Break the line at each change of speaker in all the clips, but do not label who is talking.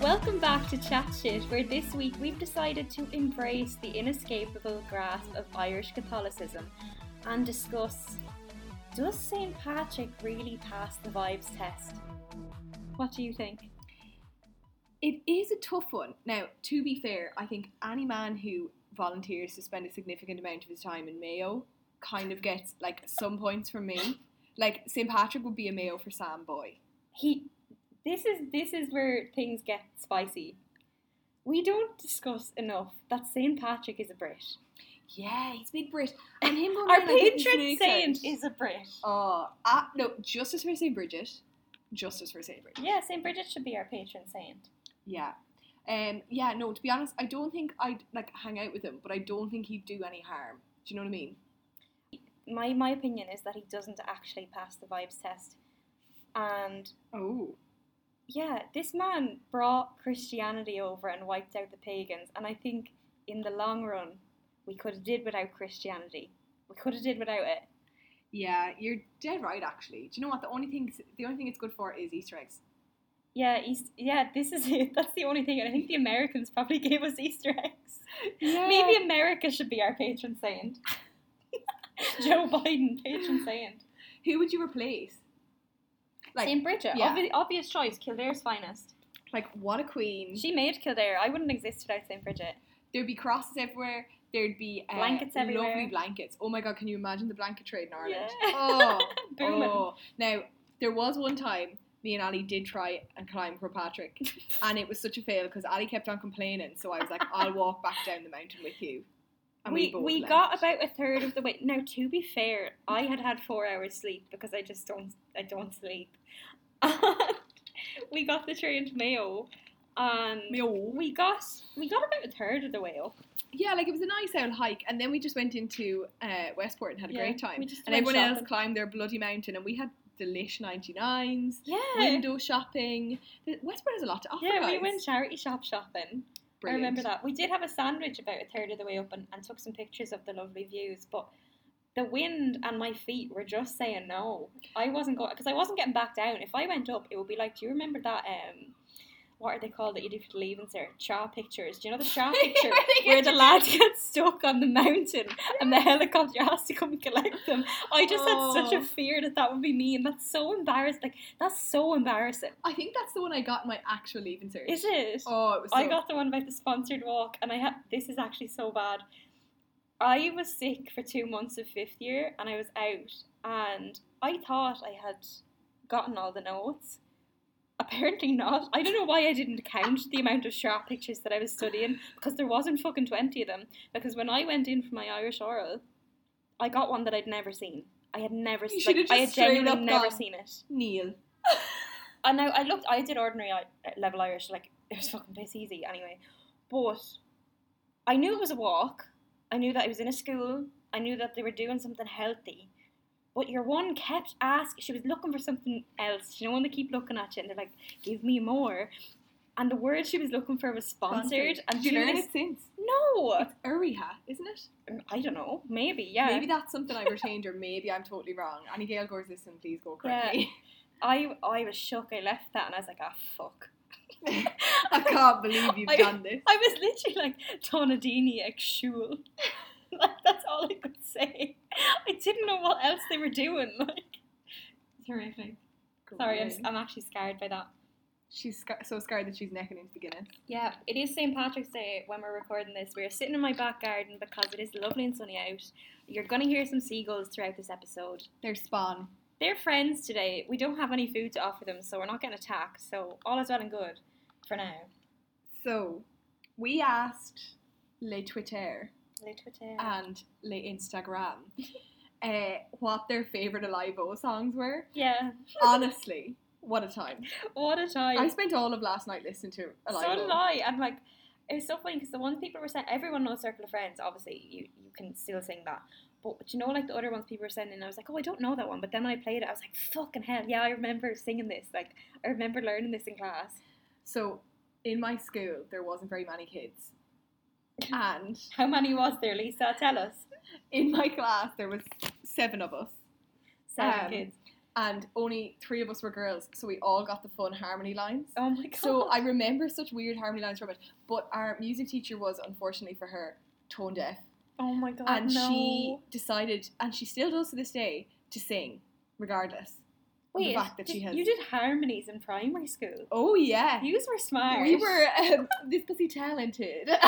Welcome back to Chat Shit, where this week we've decided to embrace the inescapable grasp of Irish Catholicism and discuss does St. Patrick really pass the vibes test? What do you think?
It is a tough one. Now, to be fair, I think any man who volunteers to spend a significant amount of his time in Mayo kind of gets like some points from me. Like St. Patrick would be a Mayo for Sam Boy.
He this is this is where things get spicy. We don't discuss enough that St. Patrick is a Brit.
Yeah, he's big Brit. And him going
Our
around, Oh, like, hitting
patron
snakes out.
saint is a Brit.
Oh, ah, no, justice for St. Bridget. Justice for St. Bridget.
Yeah, St. Bridget should be our patron saint.
Yeah. Um, yeah, no, to be honest, I don't think I'd like hang out with him, but I don't think he'd do any harm. Do you know what I mean?
My my opinion is that he doesn't actually pass the vibes test. And
Oh.
yeah, this man brought Christianity over and wiped out the pagans, and I think in the long run we could have did without Christianity. We could have did without it.
Yeah, you're dead right actually. Do you know what? The only thing the only thing it's good for is Easter eggs.
Yeah, East, yeah, this is it. That's the only thing. And I think the Americans probably gave us Easter eggs. Maybe America should be our patron saint. Joe Biden, patron saint.
who would you replace? Like
Saint Bridget,
yeah.
obvi- obvious choice, Kildare's finest.
like what a queen.
She made Kildare. I wouldn't exist without Saint Bridget.
There'd be crosses everywhere. There'd be uh,
Blankets everywhere.
Lovely blankets. Oh my god, can you imagine the blanket trade in Ireland?
Yeah.
Oh,
Booming.
oh. Now there was one time me and Ali did try and climb for Patrick, and it was such a fail because Ali kept on complaining. So I was like, I'll walk back down the mountain with you. And
we
both
we
left.
got about a third of the way. Now, to be fair, I had had four hours sleep because I just don't I don't sleep. we got the train to Mayo, and
Meow.
we got we got about a third of the way up.
Yeah, like it was a nice old hike, and then we just went into uh, Westport and had a
Yeah,
great time.
we just
and
went
everyone
shopping.
else climbed their bloody mountain, and we had delish 99s,
Yeah,
window shopping. The- Westport has a lot to offer.
yeah, we
guys.
went charity shop shopping.
Brilliant.
I remember that. We did have a sandwich about a third of the way up and, and took some pictures of the lovely views, but the wind and my feet were just saying no. I wasn't going because I wasn't getting back down. If I went up, it would be like, do you remember that? Um, what are they called that you do for the leavings there? Cha pictures. Do you know the cha picture where the lads get stuck on the mountain and the helicopter has to come collect them? I just had such
Oh.
a fear that that would be me, and that's so embarrassing. Like that's so embarrassing.
I think that's the one I got in my actual leaving search.
Is it?
Oh, it was. So,
I got the one about the sponsored walk, and I had this is actually so bad. I was sick for two months of fifth year, and I was out, and I thought I had gotten all the notes. Apparently not. I don't know why I didn't count the amount of sharp pictures that I was studying because there wasn't fucking twenty of them. Because when I went in for my Irish oral, I got one that I'd never seen. I had never seen.
You should
Like,
have
I had
just straight
genuinely
up
never
gone.
seen it.
Neil.
And now I looked, I did ordinary I- uh, level Irish, like it was fucking piss easy anyway. But I knew it was a walk. I knew that I was in a school. I knew that they were doing something healthy. But your one kept asking, she was looking for something else. You know, when they keep looking at you and they're like, give me more. And the word she was looking for was sponsored. And
Did
she
you learn
was-
it since?
No!
Uriha, isn't it?
I don't know. Maybe, yeah.
Maybe that's something I retained, or maybe I'm totally wrong. Annie Gale Gores, listen, please go correct me.
I, I was shook. I left that and I was like, ah, fuck.
I can't believe you've
I-
done this.
I was literally like Tonadini ex Shul. like that's all I could say. I didn't know what else they were doing. Like it's horrific. Sorry, I'm,
Great.
I'm actually scared by that.
She's sca- so scared that she's necking into the Guinness.
Yeah, it is St. Patrick's Day when we're recording this. We're sitting in my back garden because it is lovely and sunny out. You're gonna hear some seagulls throughout this episode.
Their spawn.
They're friends today. We don't have any food to offer them, so we're not getting attacked. So all is well and good for now.
So we asked Le Twitter
Little bit, uh,
and Le Instagram uh, what their favourite Alive O songs were.
yeah.
Honestly, what a time.
What a time.
I spent all of last night listening to Alive
So
O.
did I. And like, it was so funny because the ones people were saying, everyone knows Circle of Friends, obviously, you, you can still sing that. But do you know, like the other ones people were sending, I was like, oh, I don't know that one. But then when I played it, I was like, fucking hell, yeah, I remember singing this. Like, I remember learning this in class.
So in my school, there wasn't very many kids. And
How many was there, Lisa? Tell us.
in my class, there was seven of us.
Seven
Um,
kids.
and only three of us were girls, so we all got the fun harmony lines.
Oh my god.
So I remember such weird harmony lines from it, but our music teacher was, unfortunately for her, tone deaf,
oh my god.
and
no.
she decided, and she still does to this day, to sing regardless. of
Wait,
the fact that she
did-
has.
You did harmonies in primary school.
Oh yeah,
You were smart.
we were um, this pussy talented.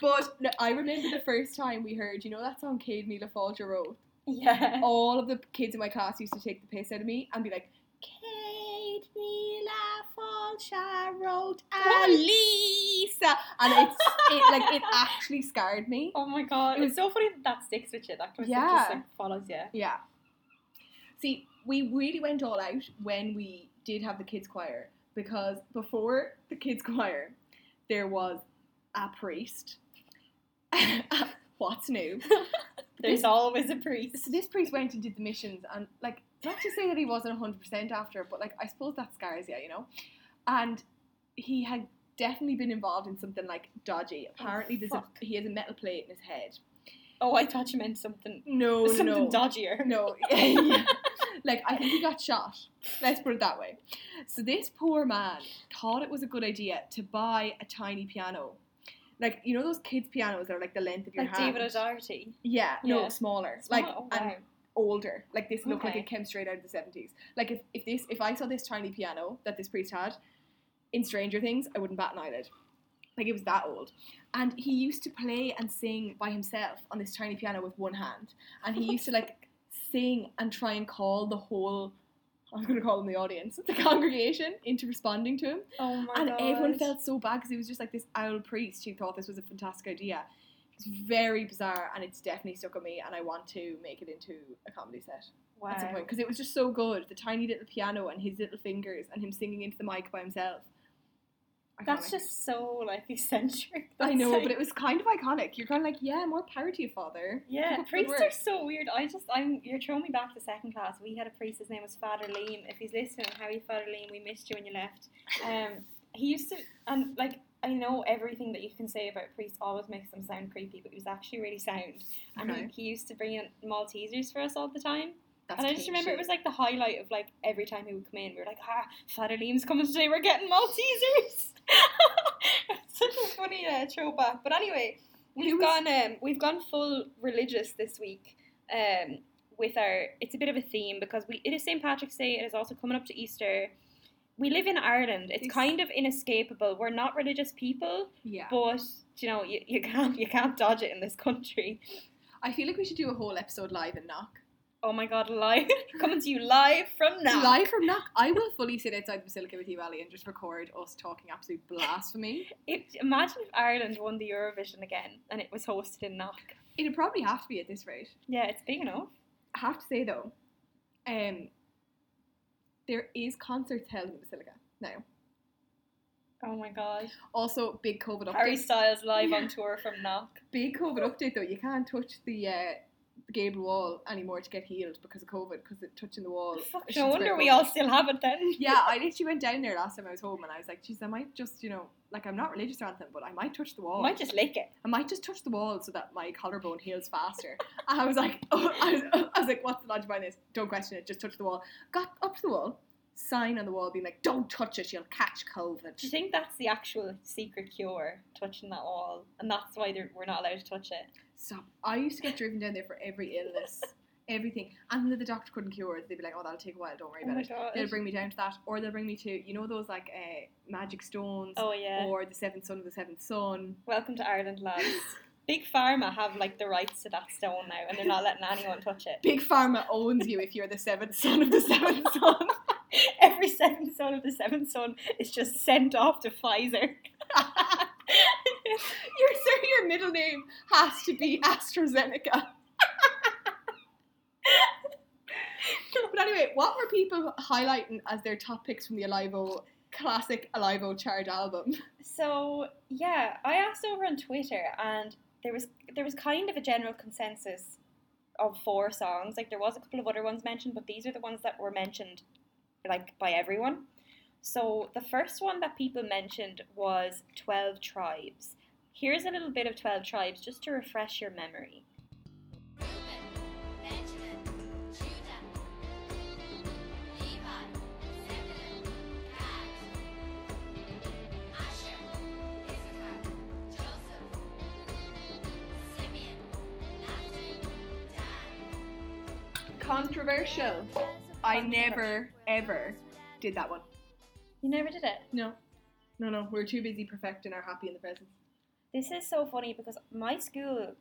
but no, I remember the first time we heard, you know, that song Cade Mila Falger wrote.
Yeah.
All of the kids in my class used to take the piss out of me and be like, Kate Mila Falger wrote
What?
Lisa, and it's it like it actually scarred me.
Oh my god.
It
It
was-
was so funny that that sticks with you. That kind of
Yeah.
stuff just like follows you.
Yeah. See, we really went all out when we did have the kids' choir because before the kids' choir, there was a priest. What's new?
There's
This-
always a priest.
So this priest went and did the missions, and like not to say that he wasn't hundred percent after, it, but like I suppose that scars you, you know. And he had definitely been involved in something like dodgy. Apparently, there's a,
fuck.
he has a metal plate in his head.
Oh, I thought you meant something
Oh, No,
something
no,
dodgier.
No, yeah. like I think he got shot. Let's put it that way. So this poor man thought it was a good idea to buy a tiny piano, like you know those kids' pianos that are like the length of your
Like
hand.
David O'Doherty.
yeah, no,
Yeah.
smaller,
Smart-
like
oh,
and
wow.
older. Like this looked like
Okay.
it came straight out of the seventies. Like if, if this if I saw this tiny piano that this priest had in Stranger Things, I wouldn't bat an eyelid. Like it was that old. And he used to play and sing by himself on this tiny piano with one hand. And he used to like sing and try and call the whole I was gonna call them the audience, the congregation into responding to him.
Oh my
and
god.
everyone felt so bad because he was just like this owl priest who thought this was a fantastic idea. It's very bizarre and it's definitely stuck on me and I want to make it into a comedy set
wow.
at some point because it was just so good. The tiny little piano and his little fingers and him singing into the mic by himself.
That's
Iconic.
just so like eccentric.
I
That's
know,
like-
but it was kind of iconic. You're kind of like, yeah, more power to you, father.
yeah,
Keep up the good
priests are so weird. I just, I'm, you're throwing me back to second class. We had a priest. His name was Father Liam. If he's listening, how are you, Father Liam? We missed you when you left. Um, he used to, and like, I know everything that you can say about priests always makes them sound creepy, but he was actually really sound. And
Okay.
he, he used to bring in Maltesers for us all the time.
That's
and I just
king
remember
shit.
it was like the highlight of like every time he would come in, we were like, ah, Father Liam's coming today, we're getting Maltesers. It's Such a funny uh, throwback. But anyway, we've
was-
gone um, we've gone full religious this week. Um, with our it's a bit of a theme because we it is St. Patrick's Day, it is also coming up to Easter. We live in Ireland. It's
Yes.
kind of inescapable. We're not religious people,
Yeah.
but you know, you, you can't you can't dodge it in this country.
I feel like we should do a whole episode live in Knock.
Oh my god, live coming to you live from now.
Live from Knock. I will fully sit outside the Basilica with you, Ali, and just record us talking absolute blasphemy.
It, imagine if Ireland won the Eurovision again and it was hosted in Knock.
It'd probably have to be at this rate.
Yeah, it's big enough.
I have to say though, um, there is concerts held in the Basilica now.
Oh my god.
Also, big COVID update.
Harry Styles live on tour from Knock.
Big COVID update though. You can't touch the uh, gable wall anymore to get healed because of COVID. Because it touching the wall.
Fuck,
it's
no
just
wonder
about
we
COVID.
all still have it then.
Yeah, I literally went down there last time I was home, and I was like, "Geez, I might just, you know, like I'm not religious or anything, but I might touch the wall.
Might just lick it.
I might just touch the wall so that my collarbone heals faster. and I was like, oh, I, was, I was like, what's the logic behind this? Don't question it. Just touch the wall. Got up to the wall. Sign on the wall being like, don't touch it. You'll catch
Do you
COVID.
think that's the actual secret cure, touching that wall? And that's why they're- we're not allowed to touch it.
Stop. I used to get driven down there for every illness, everything. And the doctor couldn't cure it. They'd be like, oh, that'll take a while. Don't worry
Oh
about
my
it. They'll
god.
bring me down to that, or they'll bring me to, you know, those like uh, magic stones,
Oh yeah.
or the seventh son of the seventh son.
Welcome to Ireland, lads. Big Pharma have like the rights to that stone now and they're not letting anyone touch it.
Big Pharma owns you if you're the seventh son of the seventh son.
Every seventh son of the seventh son is just sent off to Pfizer.
Your sir, your middle name has to be AstraZeneca. but anyway, what were people highlighting as their top picks from the Alivo classic Alivo chart album?
So yeah, I asked over on Twitter, and there was there was kind of a general consensus of four songs. Like there was a couple of other ones mentioned, but these are the ones that were mentioned, like by everyone. So the first one that people mentioned was Twelve Tribes. Here's a little bit of Twelve Tribes just to refresh your memory.
Reuben, Benjamin, Judah,
Controversial. I never, ever did that one.
You never did it.
No. No, no. We're too busy perfecting our happy in the present.
This is so funny because my school,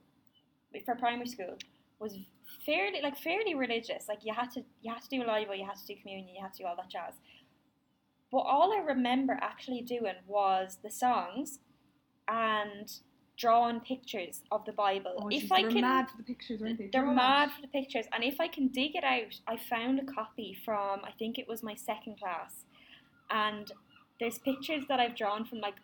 for primary school, was fairly like fairly religious. Like you had to you had to do Olivo, you had to do communion, you had to do all that jazz. But all I remember actually doing was the songs, and drawing pictures of the Bible.
Oh,
if
jeez,
I
they were
can,
mad for the pictures, weren't they? They
They're
were
mad for the pictures, and if I can dig it out, I found a copy from I think it was my second class, and there's pictures that I've drawn from like,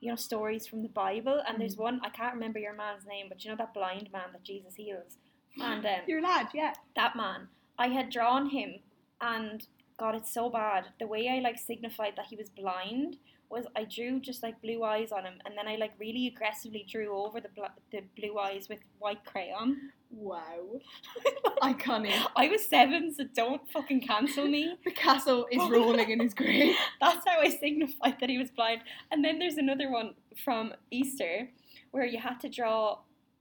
you know, stories from the Bible, and there's one I can't remember your man's name, but you know that blind man that Jesus heals, and um,
Your lad, yeah.
that man, I had drawn him, and God, it's so bad. The way I like signified that he was blind was I drew just like blue eyes on him, and then I like really aggressively drew over the bla- the blue eyes with white crayon.
Wow. Iconic.
I was seven, so don't fucking cancel me.
Picasso is rolling in his grave.
That's how I signified that he was blind. And then there's another one from Easter where you had to draw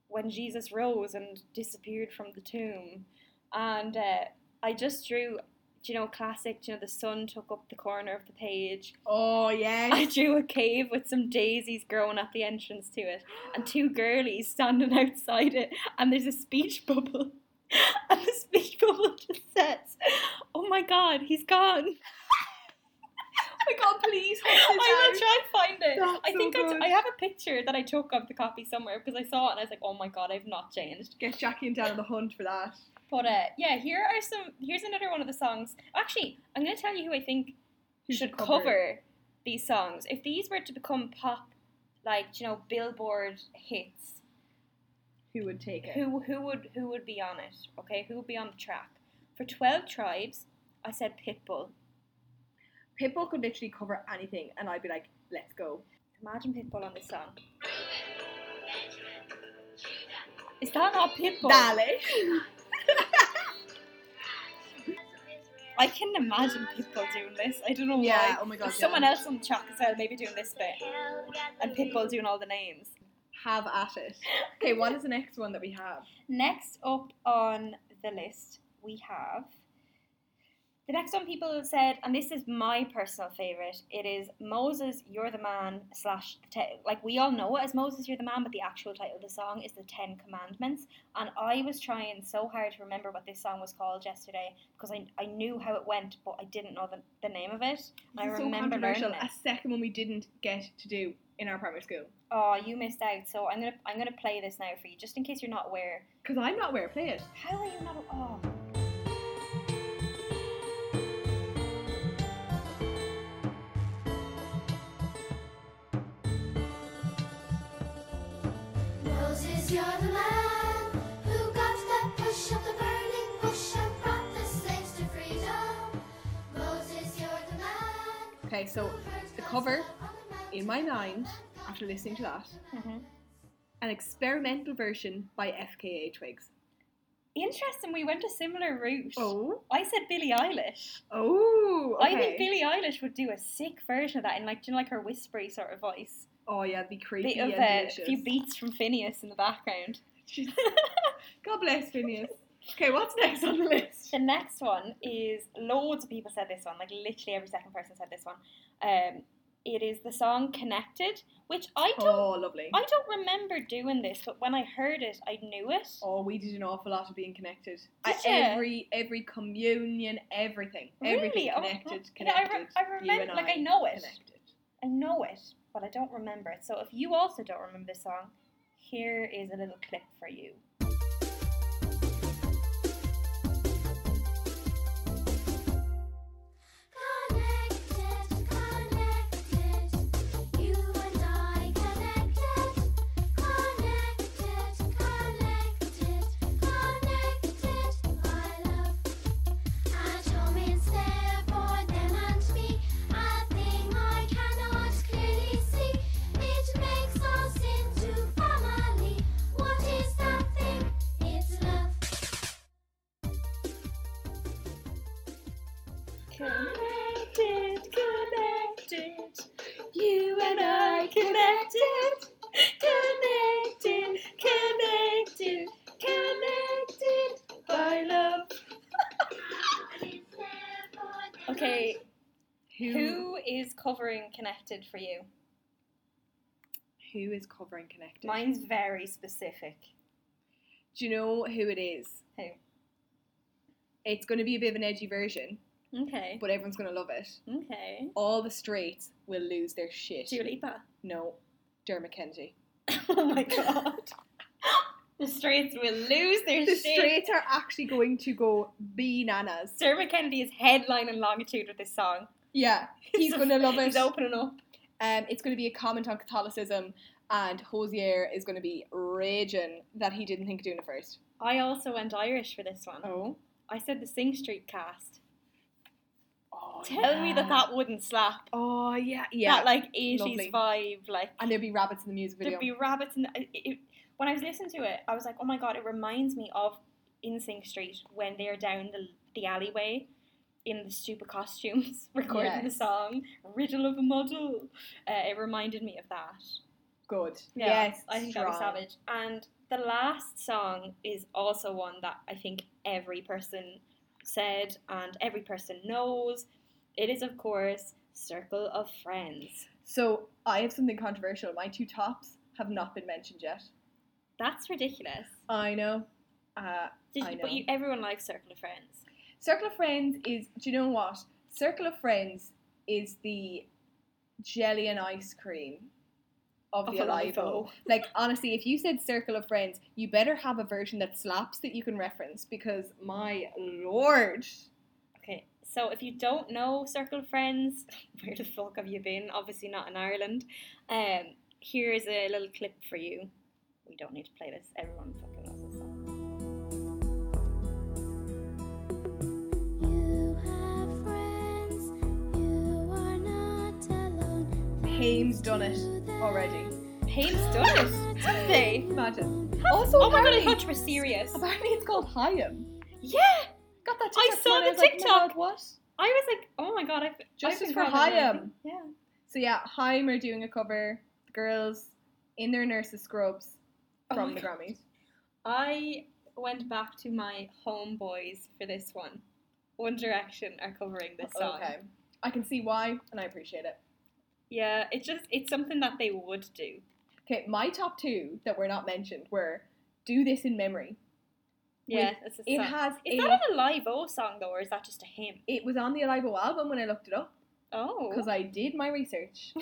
when Jesus rose and disappeared from the tomb. And uh, I just drew, you know, classic, you know, the sun took up the corner of the page.
Oh,
I
yes.
drew a cave with some daisies growing at the entrance to it and two girlies standing outside it and there's a speech bubble. And the speech bubble just says, Oh my god, he's gone.
my god, please.
I will try and find it.
That's
I
so
think I,
good.
t- I have a picture that I took of the copy somewhere because I saw it and I was like, oh my god, I've not changed.
Get Jackie and Dan on the hunt for that.
But uh, yeah, here are some. Here's another one of the songs. Actually, I'm going to tell you who I think
Who
should
should
cover,
cover it.
these songs. If these were to become pop, like you know, Billboard hits,
Who would take it?
who who would who would be on it? Okay, who would be on the track? For Twelve Tribes, I said Pitbull.
Pitbull could literally cover anything, and I'd be like, let's go.
Imagine Pitbull on this song. Is that not Pitbull?
Dale.
I can imagine people doing this. I don't know
yeah,
why.
oh my god.
There's someone
yeah.
else on the track as well, maybe doing this bit, and Pitbull doing all the names.
Have at it. Okay, what is the next one that we have?
Next up on the list, we have the next one people said, and this is my personal favorite. It is Moses, You're the Man slash the te- like we all know it as Moses, You're the Man, but the actual title of the song is the Ten Commandments. And I was trying so hard to remember what this song was called yesterday because I, I knew how it went, but I didn't know the, the name of it. I
This is
remember
so controversial.
learning
A
it.
second one we didn't get to do in our primary school
Oh, you missed out. So I'm gonna I'm gonna play this now for you, just in case you're not aware.
because I'm not aware. Play it.
How are you not? Oh.
Moses, you're the man who got that push of the burning bush and brought the slaves to freedom. Moses, you're the man.
Okay, so the cover in my mind after listening to that,
Mhm.
an experimental version by FKA Twigs.
Interesting, we went a similar route.
Oh,
I said Billie Eilish.
oh, okay.
I think Billie Eilish would do a sick version of that in like, do you know, like her whispery sort of voice.
oh yeah, the creepy
Bit of
and
uh,
delicious.
a few beats from Phineas in the background.
Jeez. God bless Phineas. Okay, what's next on the list?
The next one is loads of people said this one, like literally every second person said this one. Um, it is the song "Connected," which I don't,
Oh, lovely.
I don't remember doing this, but when I heard it, I knew it.
Oh, we did an awful lot of being connected.
Did
At
ya?
every every communion, everything, everything
Really? Oh,
connected,
you know, I re-
connected.
I
You
remember-
and
like, I know it.
Connected.
I know it, but I don't remember it. So if you also don't remember this song, here is a little clip for you.
Connected, connected, you and I connected. Connected, connected, connected, my love. At home is there for them and me, a thing I cannot clearly see. It makes us into family. What is that thing?
covering connected for you?
Who is covering connected?
Mine's very specific.
Do you know who it is?
Who?
It's going to be a bit of an edgy version,
Okay.
but everyone's going to love it.
Okay.
All the straights will lose their shit.
Dua Lipa.
No, Dermot Kennedy.
oh my god. the straights will lose their
The
shit.
straights are actually going to go bananas.
Sir McKennedy is headline and longitude with this song.
Yeah, he's going to love it.
He's opening up.
Um, it's going to be a comment on Catholicism, and Hosier is going to be raging that he didn't think of doing it first.
I also went Irish for this one.
Oh.
I said the Sing Street cast.
oh
Tell me that that wouldn't slap.
Oh, yeah, yeah.
That like 80s
Lovely.
vibe. Like,
and there'd be rabbits in the music video.
there'd be rabbits. And uh, it, it, when I was listening to it, I was like, oh my god, it reminds me of In Sing Street when they're down the, the alleyway in the stupid costumes recording the
Yes.
song. Riddle of a Muddle. Uh, it reminded me of that.
Good.
Yeah,
yes.
I think that was
strong.
savage. And the last song is also one that I think every person said and every person knows. It is, of course, Circle of Friends.
So I have something controversial. My two tops have not been mentioned yet.
That's ridiculous.
I know. Uh,
Did
I
you, but
know.
you, everyone likes Circle of Friends.
Circle of Friends is. Do you know what? Circle of Friends is the jelly and ice cream of,
Of
the
a live
Alivo.
oak.
Like honestly, if you said Circle of Friends, you better have a version that slaps that you can reference because my lord.
Okay, so if you don't know Circle of Friends, where the fuck have you been? Obviously not in Ireland. Um, here is a little clip for you. We don't need to play this. Everyone fucking knows this song.
You have friends, you are not alone.
Haim's done it already.
Payne's done it. Have they?
Imagine. Also,
Oh my god, I
apparently-
thought you were serious.
Apparently, it's called Hayam.
Yeah.
Got that?
I
TikTok
saw
one,
the
was like, "Oh
TikTok.
"My God, what?
I was like, oh my god, I've
Justice
I've
for
been rather
Hayam.
nervous. Yeah.
So yeah, Haim are doing a cover. The girls in their nurses scrubs
Oh
from
my
the
God.
Grammys.
I went back to my homeboys for this one. One Direction are covering this song.
Okay, I can see why, and I appreciate it.
Yeah, it's just it's something that they would do.
Okay, my top two that were not mentioned were "Do This in Memory."
Yeah, it's a
It
song.
has
is
a,
that on a live O song though, or is that just a hymn?
it was on the Alive album when I looked it up
Oh,
because I did my research.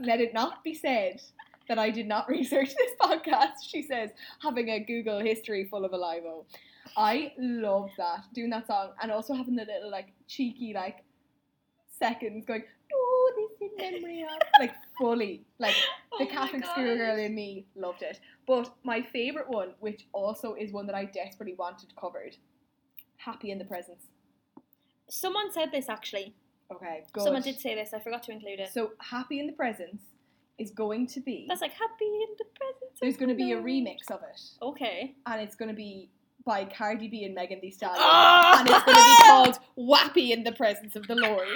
Let it not be said that I did not research this podcast. She says having a Google history full of Alive. I love that doing that song and also having the little like cheeky like seconds going. Oh, this in memory of like fully like
Oh
the
my
Catholic
God.
schoolgirl in me loved it. But my favourite one, which also is one that I desperately wanted covered, Happy in the Presence.
Someone said this actually.
Okay, good.
Someone did say this. I forgot to include it.
So Happy in the Presence is going to be.
That's like happy in the presence.
there's going to be a
Lord.
remix of it,
Okay.
and it's going to be by Cardi B and Megan Thee Stallion.
Oh!
Ah! And it's going to be called Wappy in the Presence of the Lord.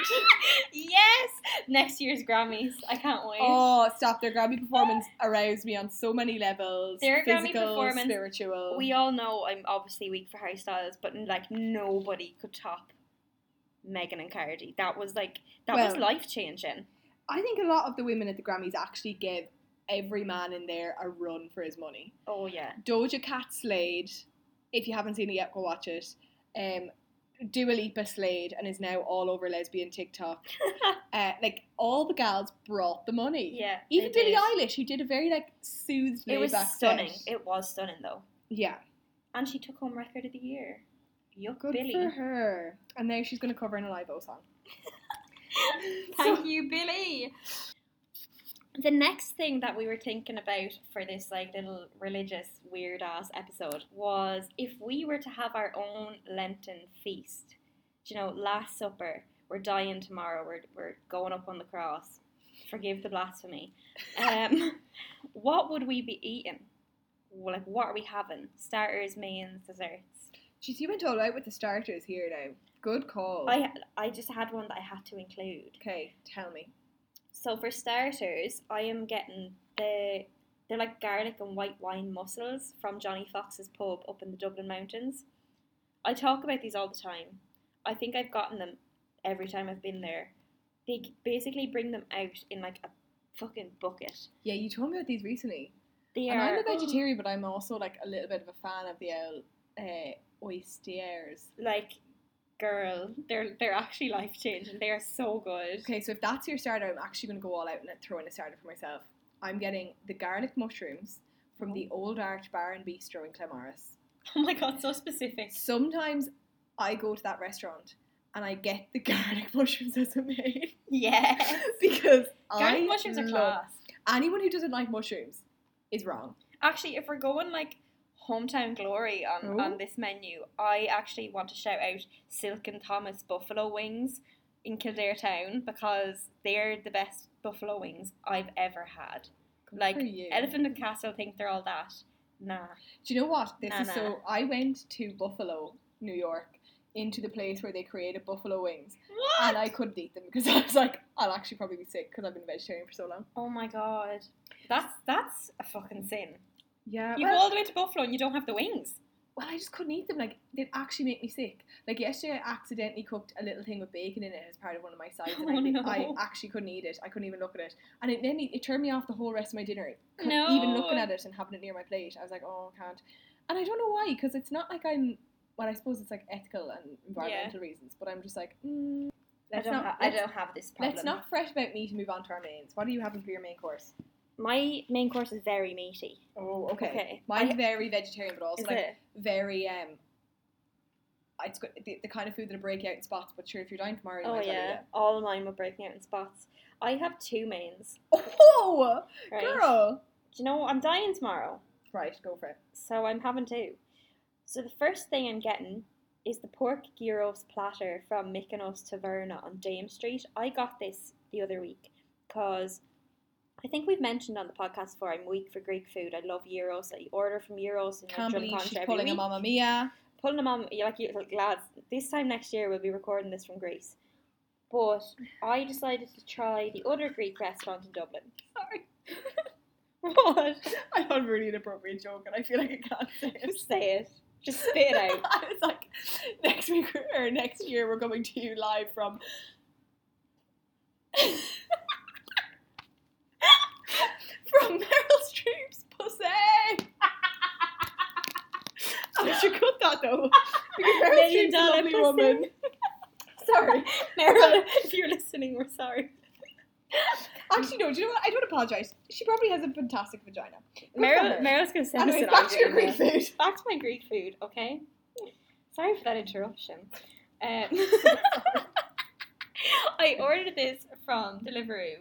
yes, next year's Grammys. I can't wait.
Oh, stop. Their Grammy performance aroused me on so many levels
Their Grammy
physical,
performance-
spiritual.
We all know I'm obviously weak for Harry Styles, but like nobody could top Megan and Cardi. That was like that was
Well-
life changing.
I think a lot of the women at the Grammys actually gave every man in there a run for his money.
Oh yeah,
Doja Cat Slade, if you haven't seen it yet, go watch it. Um, Dua Lipa Slade and is now all over lesbian TikTok. uh, like all the gals brought the money.
yeah.
Even
they
Billie
did.
Eilish, who did a very like soothed,
It was
laid-back
stunning.
set.
It was stunning though,
yeah,
and she took home record of the year. Yuck,
good
Billy.
for her. And now she's going to cover an Alive O song.
Thank you, Billy. The next thing that we were thinking about for this like little religious weird ass episode was if we were to have our own Lenten feast, you know, Last Supper. We're dying tomorrow. We're we're going up on the cross. Forgive the blasphemy. Um, what would we be eating? Well, Like, what are we having? Starters, mains, desserts.
She's you went all out with the starters here now. Good call.
I I just had one that I had to include.
okay, tell me.
So for starters, I am getting the they're like garlic and white wine mussels from Johnny Fox's pub up in the Dublin Mountains. I talk about these all the time. I think I've gotten them every time I've been there. they basically bring them out in like a fucking bucket.
Yeah, you told me about these recently.
They
And
are
I'm a vegetarian, but I'm also like a little bit of a fan of the owl uh, oysters.
like, girl, they're they're actually life changing. They are so good.
Okay, so if that's your starter, I'm actually going to go all out and throw in a starter for myself. I'm getting the garlic mushrooms from the Old Arch Bar and Bistro in Clamaris.
Oh my god, so specific.
Sometimes I go to that restaurant and I get the garlic mushrooms as a main
Yes.
because
Garlic
I
mushrooms are
love-
class.
Anyone who doesn't like mushrooms is wrong.
Actually, if we're going like hometown glory on,
Ooh.
on this menu, I actually want to shout out Silk and Thomas Buffalo Wings in Kildare Town because they're the best buffalo wings I've ever had.
Good
Like,
for you.
Elephant and Castle think they're all that. Nah.
Do you know what? This is
Nah,
so. I went to Buffalo, New York, into the place where they created buffalo wings,
What?
and I couldn't eat them because I was like, I'll actually probably be sick because I've been a vegetarian for so long.
oh my god. That's that's a fucking sin.
Yeah,
You go all the way to Buffalo and you don't have the wings.
well, I just couldn't eat them. Like they actually make me sick. Like yesterday, I accidentally cooked a little thing with bacon in it as part of one of my sides, and I,
Oh,
think
no.
I actually couldn't eat it. I couldn't even look at it, and it then it turned me off the whole rest of my dinner. Couldn't even
No.
looking at it and having it near my plate, I was like, oh, I can't. And I don't know why, because it's not like I'm. Well, I suppose it's like ethical and environmental reasons, but I'm just like, mm, let's
I don't
not.
ha- I
let's,
don't have this problem.
let's not fret about meat and move on to our mains. What are you having for your main course?
My main course is very meaty.
Oh, okay.
Okay.
Mine's
I-
very vegetarian, but also
Is
like
it?
very um. It's got the, the kind of food that break out in spots, but sure, if you're dying tomorrow, you
Oh
might as well eat
yeah,
it.
all of mine were breaking out in spots. I have two mains.
Oh,
Right?
girl!
Do you know what? I'm dying tomorrow,
Right, go for it.
so I'm having two. So the first thing I'm getting is the pork gyros platter from Mykonos Taverna on James Street. I got this the other week because I think we've mentioned on the podcast before I'm weak for Greek food. I love gyros. I order from gyros and
Can't
I
believe
jump
she's
onto every
pulling a
week.
Mamma Mia.
pulling them on you're like you like, lads this time next year we'll be recording this from greece but i decided to try the other greek restaurant in dublin
Sorry,
what
I had a really inappropriate joke, and I feel like I can't say it.
just say it just spit it out
I was like, next week or next year, we're coming to you live from. from Meryl Streep's pussy. I should cut that though. Because Meryl
Million
Streep's a
dollar
lovely
pussy.
woman. Sorry.
Meryl, if you're listening we're sorry
Actually, no. Do you know what? I don't apologize. She probably has a fantastic vagina. Good for
Meryl,
her.
meryl's gonna send us an
Anyways, back to your
argument.
Greek food.
back to my greek food okay sorry for that interruption um, i ordered this from deliveroo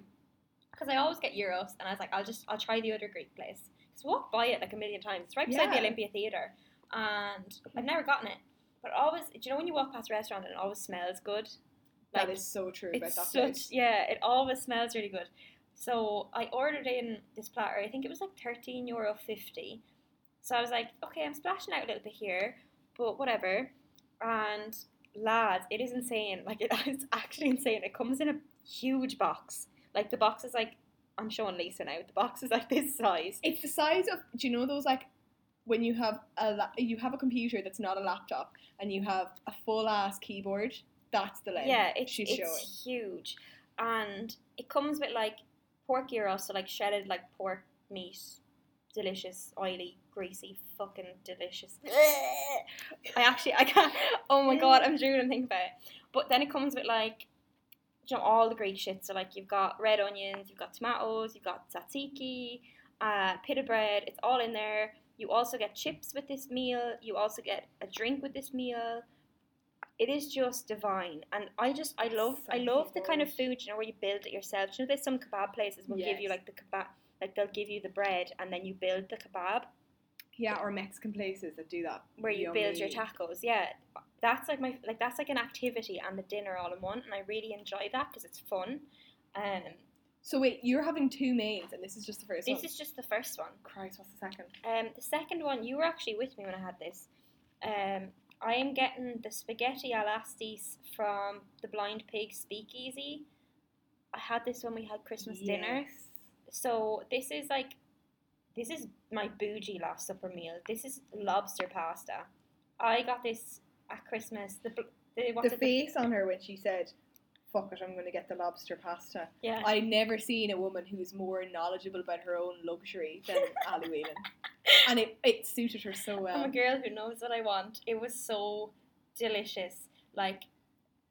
because i always get euros and i was like i'll just i'll try the other greek place So walked by it like a million times. It's right beside the
Yeah.
Olympia Theatre, and I've never gotten it. But it always, do you know when you walk past a restaurant and it always smells good?
That is so true about
it's
that
such
place.
yeah, it always smells really good. So I ordered in this platter. I think it was like thirteen euro fifty. So I was like, okay, I'm splashing out a little bit here, but whatever. And lads, it is insane. Like it, it's actually insane. It comes in a huge box. Like the box is like I'm showing Lisa now. The box is like this size.
It's the size of. Do you know those like when you have a la- you have a computer that's not a laptop and you have a full ass keyboard? That's the length.
Yeah, it's,
she's
it's
showing.
huge, and it comes with like pork gyros, so like shredded like pork meat, delicious, oily, greasy, fucking delicious. I actually I can't. Oh my god, I'm drooling thinking about it. But then it comes with like. You know, all the Greek shit. So like you've got red onions, you've got tomatoes, you've got tzatziki, uh, pita bread. It's all in there. You also get chips with this meal. You also get a drink with this meal. It is just divine, and I just I love I
Sounds
love the kind of
good.
food you know where you build it yourself. You know, there's some kebab places will give you
Yes.
like the kebab, like they'll give you the bread, and then you build the kebab
Yeah, or Mexican places that do that.
where you build your
Yummy.
tacos. Yeah, that's like my like that's like an activity and a dinner all in one, and I really enjoy that because it's fun. Um,
So wait, you're having two mains, and this is just the first
this
one.
is just the first one.
Christ, what's the second?
Um, the second one, you were actually with me when I had this. Um, I am getting the spaghetti elastis from the Blind Pig Speakeasy. I had this when we had Christmas dinner.
Yes.
So this is like, this is my bougie last supper meal. This is lobster pasta. I got this at Christmas. The bl- the, what's
The
it, the-
face on her when she said, fuck it, I'm going to get the lobster pasta.
Yeah.
I never seen a woman who was more knowledgeable about her own luxury than Ali Whelan. And it, it suited her so well.
I'm a girl who knows what I want. It was so delicious. Like,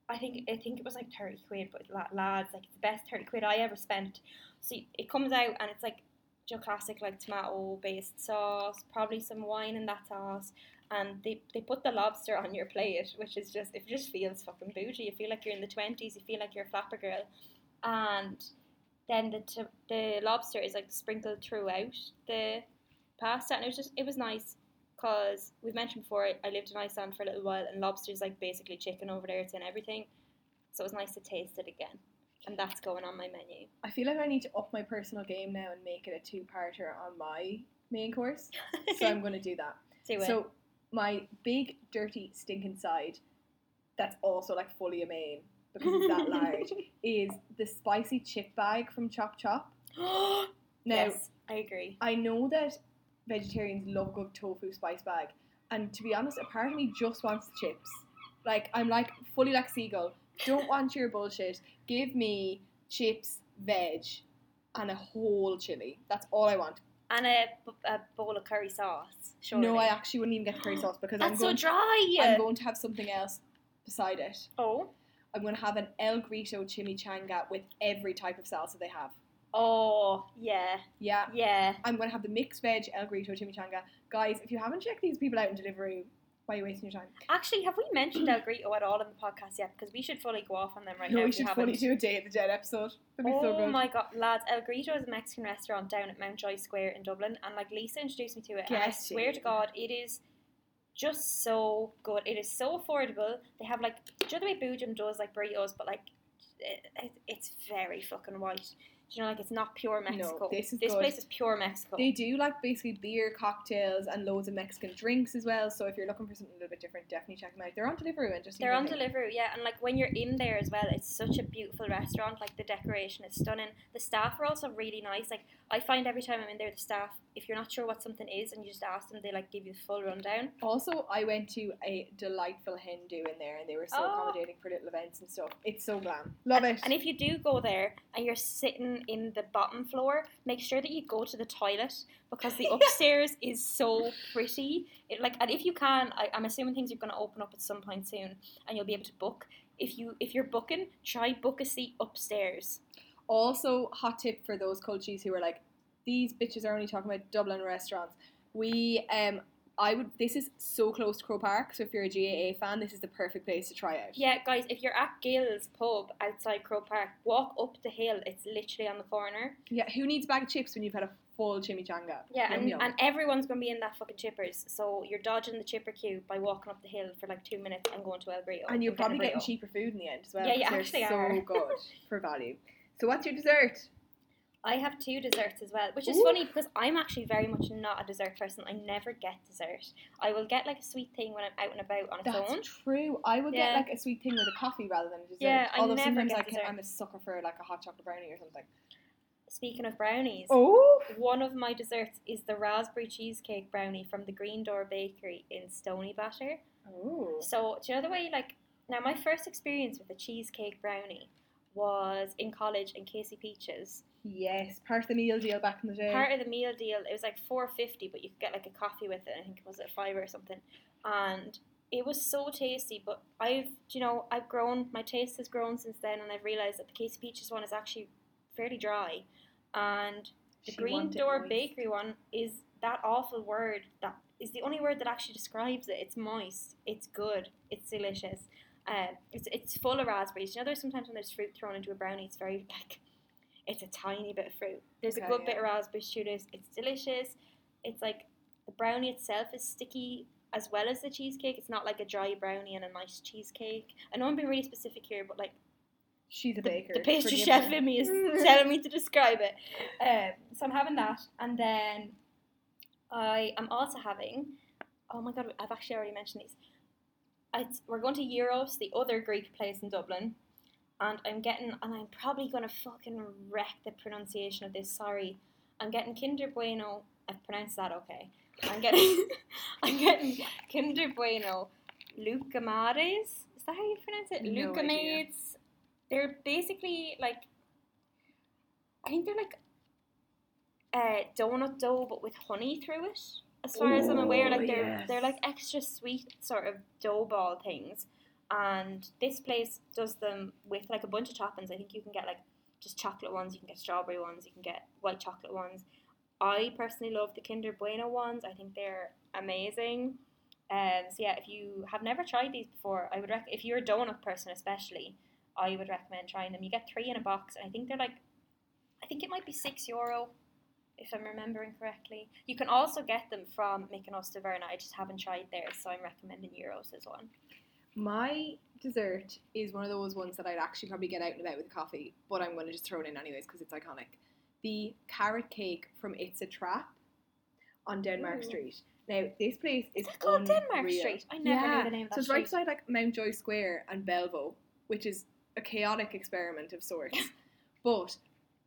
I think I think it was like thirty quid, but la- lads, like it's the best thirty quid I ever spent. So it comes out and it's like your classic like tomato based sauce, probably some wine in that sauce, and they they put the lobster on your plate, which is just it just feels fucking bougie. You feel like you're in the twenties. You feel like you're a flapper girl, and then the t- the lobster is like sprinkled throughout the pasta, and it was just it was nice because we've mentioned before I, I lived in Iceland for a little while, and lobster's like basically chicken over there. It's in everything, so it was nice to taste it again, and that's going on my menu.
I feel like I need to up my personal game now and make it a two parter on my main course. so I'm going to do that.
Do it.
So my big dirty stinking side, that's also like fully a main because it's that large, is the spicy chip bag from Chop Chop. Now
yes, I agree.
I know that vegetarians love good tofu spice bag, and to be honest, a part of me just wants the chips. Like I'm like fully like seagull. Don't want your bullshit. Give me chips, veg, and a whole chili. That's all I want.
And a, b- a bowl of curry sauce. Surely.
No, I actually wouldn't even get the curry sauce because I'm
That's so
going.
dry.
I'm going to have something else beside it.
oh,
I'm going to have an El Grito chimichanga with every type of salsa they have.
oh, yeah,
Yeah.
yeah.
I'm going to have the mixed veg El Grito chimichanga. Guys, if you haven't checked these people out in delivery, why are you wasting your time?
Actually, have we mentioned El Grito at all in the podcast yet? Because we should fully go off on them right
no,
now.
we
if
should
haven't.
fully do a Day of the Dead episode. That'd be
oh
so good.
my god, lads! El Grito is a Mexican restaurant down at Mountjoy Square in Dublin, and like Lisa introduced me to it. and I
Get
swear to
in.
God, it is just so good. It is so affordable. They have like, do you know the way Boojum does like burritos, but like, it, it, it's very fucking white. Do you know, like it's not pure
No,
Mexico.
this is good.
place is pure Mexico.
They do like basically beer cocktails and loads of Mexican drinks as well. So if you're looking for something a little bit different, definitely check them out. They're on Deliveroo and just
They're on
leave it.
Deliveroo, yeah, and like when you're in there as well, it's such a beautiful restaurant. Like the decoration is stunning. The staff are also really nice. Like I find every time I'm in there, the staff, if you're not sure what something is and you just ask them, they like give you the full rundown.
Also, I went to a delightful Hindu in there, and they were so
Oh.
accommodating for little events and stuff. It's so glam, love
and,
it.
And if you do go there and you're sitting in the bottom floor, make sure that you go to the toilet because the upstairs is so pretty. It like, and if you can, I, I'm assuming things are going to open up at some point soon, and you'll be able to book. If you if you're booking, try book a seat upstairs.
Also, hot tip for those cultures who are like, these bitches are only talking about Dublin restaurants. We, um, I would. This is so close to Crow Park, so if you're a GAA fan, this is the perfect place to try out.
Yeah, guys, if you're at Gill's pub outside Crow Park, walk up the hill. It's literally on the corner.
Yeah. Who needs a bag of chips when you've had a full chimichanga?
Yeah,
Yum,
and,
yum.
and everyone's going to be in that fucking chippers. So you're dodging the chipper queue by walking up the hill for like two minutes and going to El Grito.
And you're
and getting
probably
a
getting
burrito.
cheaper food in the end as well.
Yeah, you
'cause they're
actually
so
are.
good for value. So what's your dessert?
I have two desserts as well, which is
Ooh.
funny because I'm actually very much not a dessert person. I never get dessert. I will get like a sweet thing when I'm out and about on its
That's
own.
true. I would
Yeah.
get like a sweet thing with a coffee rather than a dessert.
Yeah, I
Although
never
sometimes
get
I can,
dessert.
I'm a sucker for like a hot chocolate brownie or something.
Speaking of brownies,
Oh,
one of my desserts is the raspberry cheesecake brownie from the Green Door Bakery in Stony Batter.
oh.
So, do you know the way, like, now my first experience with a cheesecake brownie was in college in Casey Peaches.
Yes, part of the meal deal back in the day.
Part of the meal deal, it was like four fifty, but you could get like a coffee with it. I think it was at five or something, and it was so tasty. But I've, you know, I've grown. My taste has grown since then, and I've realized that the Casey Peaches one is actually fairly dry, and the
She
Green
wanted
Door
moist.
Bakery one is that awful word that is the only word that actually describes it. It's moist. It's good. It's delicious. Uh, it's it's full of raspberries. You know, there's sometimes when there's fruit thrown into a brownie, it's very like it's a tiny bit of fruit. There's
Okay,
a good
yeah.
bit of raspberry strudels. It's delicious. It's like the brownie itself is sticky as well as the cheesecake. It's not like a dry brownie and a nice cheesecake. I know I'm being really specific here, but like
She's a
the,
baker.
the pastry
Forgive
chef
me.
in me is telling me to describe it. Um, so I'm having that, and then I am also having. Oh my god, I've actually already mentioned these. It's, we're going to Euros, the other Greek place in Dublin, and I'm getting, and I'm probably going to fucking wreck the pronunciation of this. Sorry, I'm getting Kinder Bueno. I pronounced that okay. I'm getting, I'm getting Kinder Bueno, Lucamares. Is that how you pronounce it?
No idea.
Lucamates They're basically like, I think they're like uh, donut dough, but with honey through it. As far as I'm aware, like
Oh,
they're
yes.
they're like extra sweet sort of dough ball things, and this place does them with like a bunch of toppings. I think you can get like just chocolate ones, you can get strawberry ones, you can get white chocolate ones. I personally love the Kinder Bueno ones. I think they're amazing. Um, so yeah, if you have never tried these before, I would rec- if you're a donut person especially, I would recommend trying them. You get three in a box, and I think they're like, I think it might be six euro, if I'm remembering correctly. You can also get them from Mykonos Taverna. I just haven't tried theirs, so I'm recommending euros as one.
My dessert is one of those ones that I'd actually probably get out and about with coffee, but I'm going to just throw it in anyways because it's iconic. The carrot cake from It's a Trap on Denmark
Ooh.
Street. Now this place
Is
is
that called Denmark
unreal.
Street? I never
Yeah.
knew the name of that
So it's right
street.
beside like Mountjoy Square and Bellevue, which is a chaotic experiment of sorts. but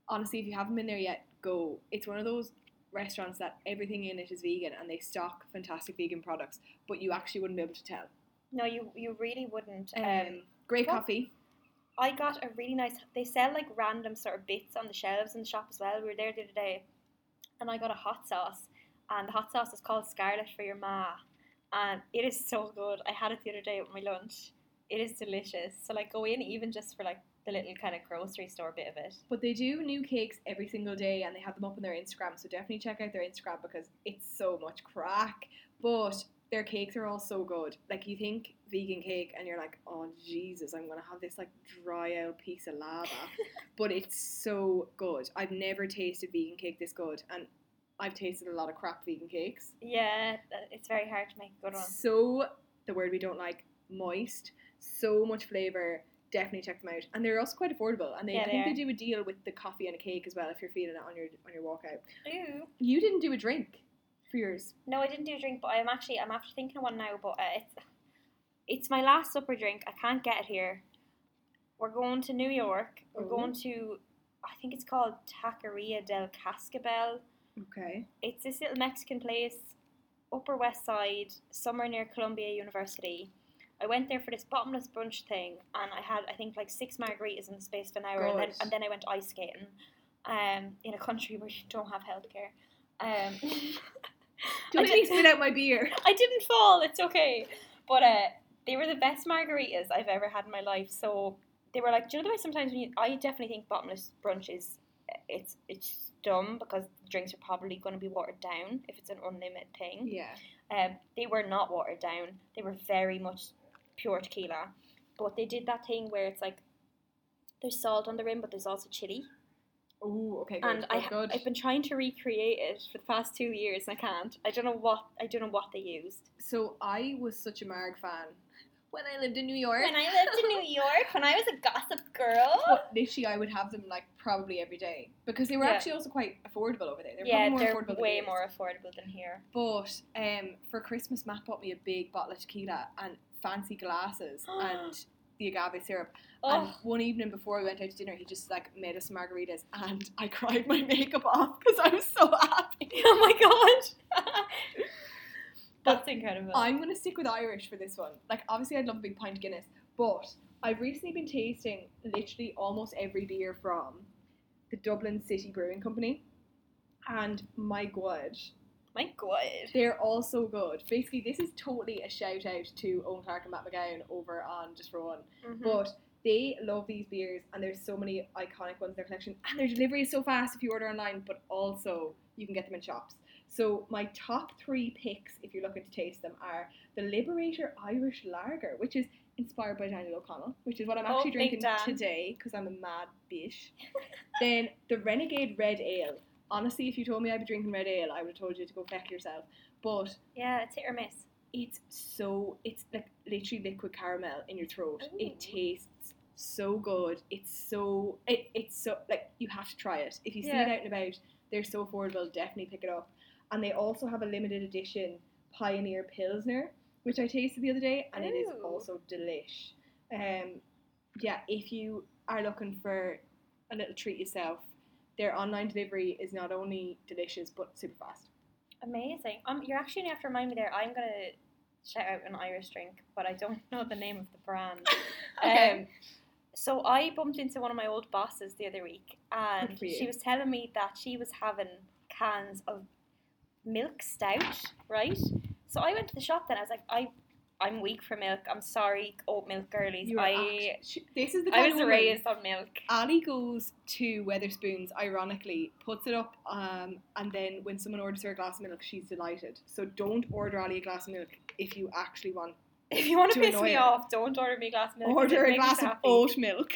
honestly, if you haven't been there yet, go. It's one of those restaurants that everything in it is vegan and they stock fantastic vegan products, but you actually wouldn't be able to tell.
no, you you really wouldn't. Um,
Um, great
what-
coffee.
I got a really nice. They sell like random sort of bits on the shelves in the shop as well. We were there the other day, and I got a hot sauce, and the hot sauce is called Scarlet for Your Ma, and it is so good. I had it the other day with my lunch. It is delicious. So like go in even just for like the little kind of grocery store bit of it.
But they do new cakes every single day and they have them up on their Instagram. So definitely check out their Instagram because it's so much crack. But their cakes are all so good. Like you think vegan cake and you're like, oh Jesus, I'm gonna have this like dry out piece of lava. but it's so good. I've never tasted vegan cake this good and I've tasted a lot of crap vegan cakes.
Yeah, that- it's very hard to make a good one.
So the word we don't like, moist. So much flavor. Definitely check them out, and they're also quite affordable. And they
Yeah,
I
they
think they
are.
do a deal with the coffee and a cake as well if you're feeling it on your on your walk out.
Ooh.
You didn't do a drink for yours.
No, I didn't do a drink, but I'm actually I'm after thinking of one now. But uh, it's it's my last supper drink. I can't get it here. We're going to New York. We're
Oh.
going to I think it's called Taqueria del Cascabel.
Okay.
It's this little Mexican place, Upper West Side, somewhere near Columbia University. I went there for this bottomless brunch thing, and I had I think like six margaritas in the space of an hour, and then,
God.
and then I went ice skating, um, in a country where you don't have healthcare. Um,
Don't
I
make me
did-
spit out my beer.
I didn't fall. It's okay. But uh, they were the best margaritas I've ever had in my life. So they were like, do you know the way sometimes when you, I definitely think bottomless brunch is it's it's dumb because drinks are probably going to be watered down if it's an unlimited thing.
Yeah.
Um, they were not watered down. They were very much pure tequila, but they did that thing where it's like there's salt on the rim, but there's also chili.
Oh, okay. Good.
And I,
good,
ha-
good.
I've been trying to recreate it for the past two years, and I can't. I don't know what I don't know what they used.
so I was such a Marg fan when I lived in New York.
When I lived in New York, when I was a gossip girl.
But literally, I would have them like probably every day because they were
Yeah.
actually also quite affordable over there. They were
yeah,
probably
they're
more affordable than
way
yours.
more affordable than here.
But um, for Christmas, Matt bought me a big bottle of tequila and fancy glasses and the agave syrup. And
Oh,
one evening before we went out to dinner, he just like made us margaritas, and I cried my makeup off because I was so happy.
oh my god. That's incredible.
I'm gonna stick with Irish for this one. Like, obviously, I'd love a big pint of Guinness, but I've recently been tasting literally almost every beer from the Dublin City Brewing Company, and my god,
my god.
They're all so good. Basically, this is totally a shout out to Owen Clark and Matt McGowan over on Just for One.
Mm-hmm.
But they love these beers, and there's so many iconic ones in their collection. And their delivery is so fast if you order online, but also you can get them in shops. So my top three picks, if you're looking to taste them, are the Liberator Irish Lager, which is inspired by Daniel O'Connell, which is what I'm
Oh,
actually
Big
drinking
Dan.
today because I'm a mad bitch. then the Renegade Red Ale. Honestly, if you told me I'd be drinking red ale, I would have told you to go feck yourself. But
yeah, it's hit or miss.
it's so it's like literally liquid caramel in your throat.
Ooh.
It tastes so good. It's so it, it's so like you have to try it. If you see
Yeah.
it out and about, they're so affordable, definitely pick it up. And they also have a limited edition Pioneer Pilsner, which I tasted the other day, and it is
Ooh.
also delish. Um yeah, if you are looking for a little treat yourself, their online delivery is not only delicious but super fast.
Amazing. Um, you're actually gonna have to remind me there. I'm gonna shout out an Irish drink, but I don't know the name of the brand. Um, So I bumped into one of my old bosses the other week, and
Good for you.
she was telling me that she was having cans of milk stout, right? So I went to the shop then. I was like, I, I'm weak for milk. I'm sorry, oat milk girlies.
You are
I,
act- sh- this is the
I
kind
was
of woman-
raised on milk.
Ali goes to Weatherspoons, ironically, puts it up, um, and then when someone orders her a glass of milk, she's delighted. So don't order Ali a glass of milk if you actually want.
If you want to
To
piss
annoy
me
her.
off, don't order me a glass of milk. 'cause
order
it
a
makes me
glass of
happy.
oat milk.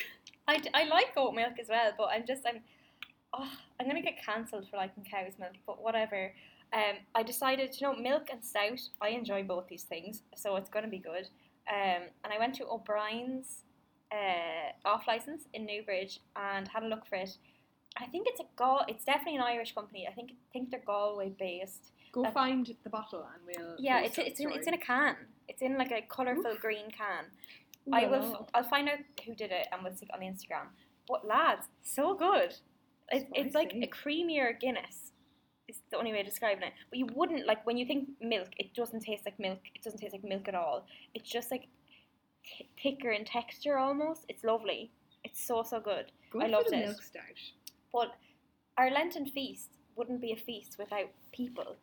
I, d- I like oat milk as well, but I'm just I'm oh, I'm gonna get cancelled for liking cow's milk, but whatever. Um, I decided you know milk and stout. I enjoy both these things, so it's gonna be good. Um, and I went to O'Brien's uh, off license in Newbridge and had a look for it. I think it's a Gal. It's definitely an Irish company. I think think they're Galway based.
Go
Uh,
find the bottle and we'll.
Yeah,
post
it's
that
it's in, it's in
story.
a can. It's in like a colourful green can.
Ooh
I
la
will.
la.
F- I'll find out who did it and we'll stick it on the Instagram. But lads, so good. It, it's like a
Spicy.
creamier Guinness. Is the only way of describing it. But you wouldn't like when you think milk. It doesn't taste like milk. It doesn't taste like milk at all. It's just like th- thicker in texture almost. It's lovely. It's so so good.
Go
I
for
loved
the
it.
milk stout.
But our Lenten feast wouldn't be a feast without people.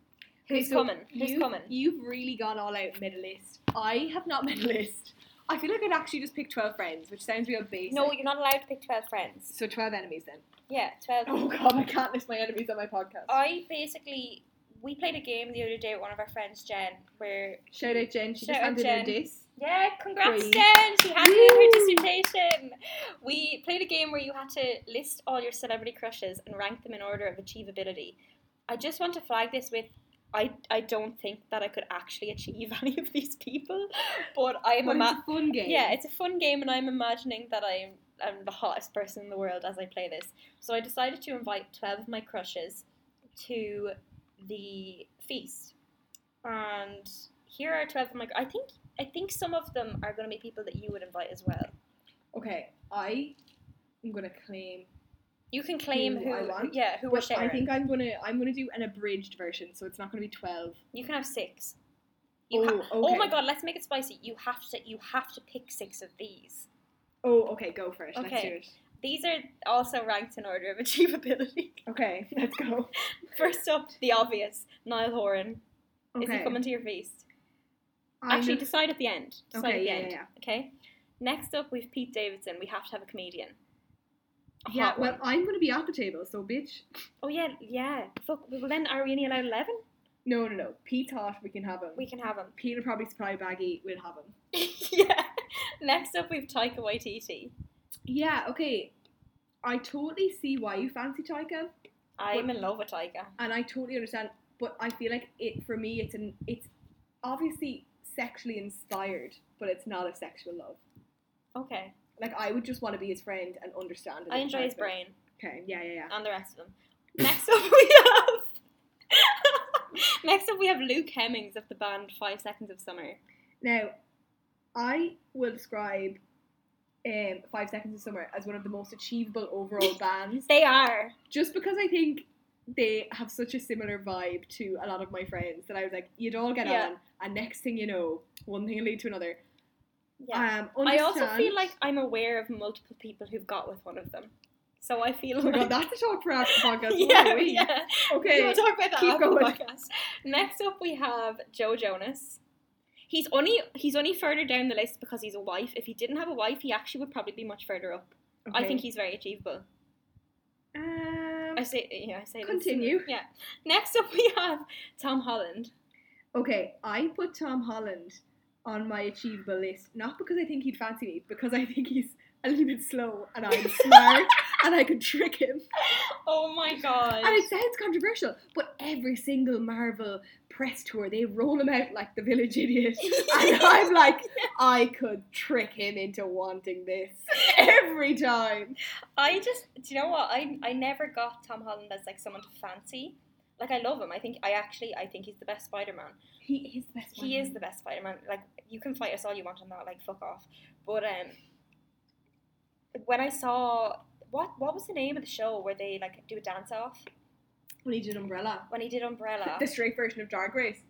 Okay,
Who's
so
coming? Who's
you-
coming?
You've really gone all out made a list. I have not made a list. I feel like I'd actually just pick twelve friends, which sounds real basic.
No, you're not allowed to pick twelve friends.
so twelve enemies then.
Yeah, twelve.
Oh god, I can't list my enemies on my podcast.
I basically we played a game the other day with one of our friends, Jen, where
Shout out Jen, she
Shout
just
out
handed
Jen.
her diss.
yeah, congrats,
Great.
Jen. She handed in her
Woo!
dissertation. We played a game where you had to list all your celebrity crushes and rank them in order of achievability. I just want to flag this with. I, I don't think that I could actually achieve any of these people, but I'm
But
a ma-
it's a fun game.
Yeah, it's a fun game, and I'm imagining that I'm, I'm the hottest person in the world as I play this. So I decided to invite 12 of my crushes to the feast. And here are 12 of my. I think I think some of them are going to be people that you would invite as well.
okay. I am gonna claim.
You can claim
Who
who.
I want.
Yeah, who we're
But
sharing.
I think I'm gonna I'm gonna do an abridged version, so it's not gonna be twelve.
you can have six. You
oh,
ha-
okay.
Oh my god, let's make it spicy. You have to you have to pick six of these.
Oh, okay. Go for it. Let's
Okay.
do it.
These are also ranked in order of achievability.
Okay, let's go.
First up, the obvious, Niall Horan. Is he
Okay.
coming to your feast?
I'm
Actually,
gonna-
decide at the end. Decide
Okay,
at the
yeah,
end.
yeah,
Okay. Next up, we've Pete Davidson. We have to have a comedian. A
yeah.
hot
Well,
one.
I'm gonna be at the table, so bitch.
Oh yeah, yeah. Fuck. Well, then are we only allowed eleven?
No, no, no. Pete thought we can have him.
We can have him.
Pete will probably supply baggy. We'll have him.
yeah. Next up, we've Taika Waititi.
Yeah. Okay. I totally see why you fancy Taika,
I'm in love with Taika.
and I totally understand. But I feel like it for me, it's an it's obviously sexually inspired, but it's not a sexual love.
Okay.
Like I would just want to be his friend and understand. it
I
as
enjoy his
person.
brain
Okay, yeah, yeah, yeah.
and the rest of them. Next up, we have. Next up, we have Luke Hemmings of the band Five Seconds of Summer.
Now, I will describe um, Five Seconds of Summer as one of the most achievable overall bands,
They are.
just because I think they have such a similar vibe to a lot of my friends that I was like, you'd all get
Yeah.
on, and next thing you know, one thing will lead to another.
Yeah.
Um,
I also feel
understand-
like I'm aware of multiple people who've got with one of them. So I feel
Oh my
like
god, that's a talk for after podcast.
yeah,
Wait,
yeah.
Okay.
We'll talk about that
keep
after the
going.
podcast. Next up we have Joe Jonas. He's only he's only further down the list because he's a wife. If he didn't have a wife, he actually would probably be much further up. I think he's very achievable.
Um,
I say yeah, I say this.
Continue.
Yeah. Next up we have Tom Holland.
okay, I put Tom Holland on my achievable list, not because I think he'd fancy me, because I think he's a little bit slow and I'm smart and I could trick him.
Oh my god.
And it sounds controversial, but every single Marvel press tour, they roll him out like the village idiot. And I'm like, I could trick him into wanting this every time.
I just, do you know what? I I never got Tom Holland as like someone to fancy. Like I love him. I think I actually I think he's the best Spider Man.
He is the best
He is the best Spider Man. Like you can fight us all you want on that. Like fuck off. But um, when I saw what what was the name of the show where they like do a dance off
We need an umbrella.
when he did Umbrella,
The straight version of Drag Race.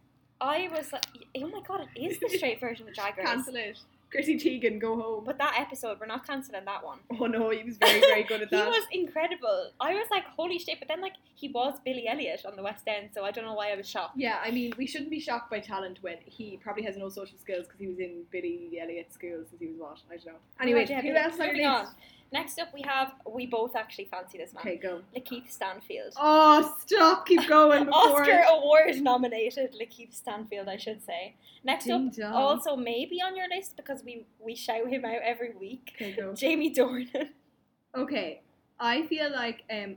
I was like, oh my god, it is the straight version of Drag Race.
Cancel it. Chrissy Teigen, go home.
But that episode, we're not cancelling that one.
oh no, he was very, very good at
He
that.
was incredible. I was like, holy shit! But then, like, he was Billy Elliot on the West End, so I don't know why I was shocked.
yeah, I mean, we shouldn't be shocked by talent when he probably has no social skills because he was in Billy Elliot school since he was what? I don't know. Anyway,
Right, yeah,
who
but
else is on
moving
your list?
on. Next up, we have we both actually fancy this man,
Okay, go.
Lakeith Stanfield.
Oh, stop! Keep going. Before.
Oscar Award nominated Lakeith Stanfield, I should say. Next
Ding
up,
dong.
also maybe on your list because we we shout him out every week.
Okay, go.
Jamie Dornan.
Okay, I feel like um,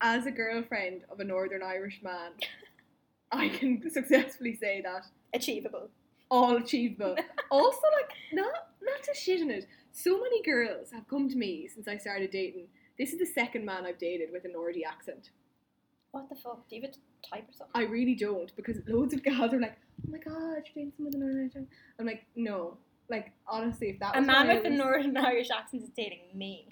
as a girlfriend of a Northern Irish man, I can successfully say that
Achievable.
all achievable. also, like not not to shit on it. So many girls have come to me since I started dating. This is the second man I've dated with a Nordy accent.
What the fuck? Do you have a type or something?
I really don't because loads of guys are like, "Oh my god, you're dating someone with a Northern accent." I'm like, no. Like honestly, if that
A
was
man
what I
with a
was-
Northern Irish accent is dating me.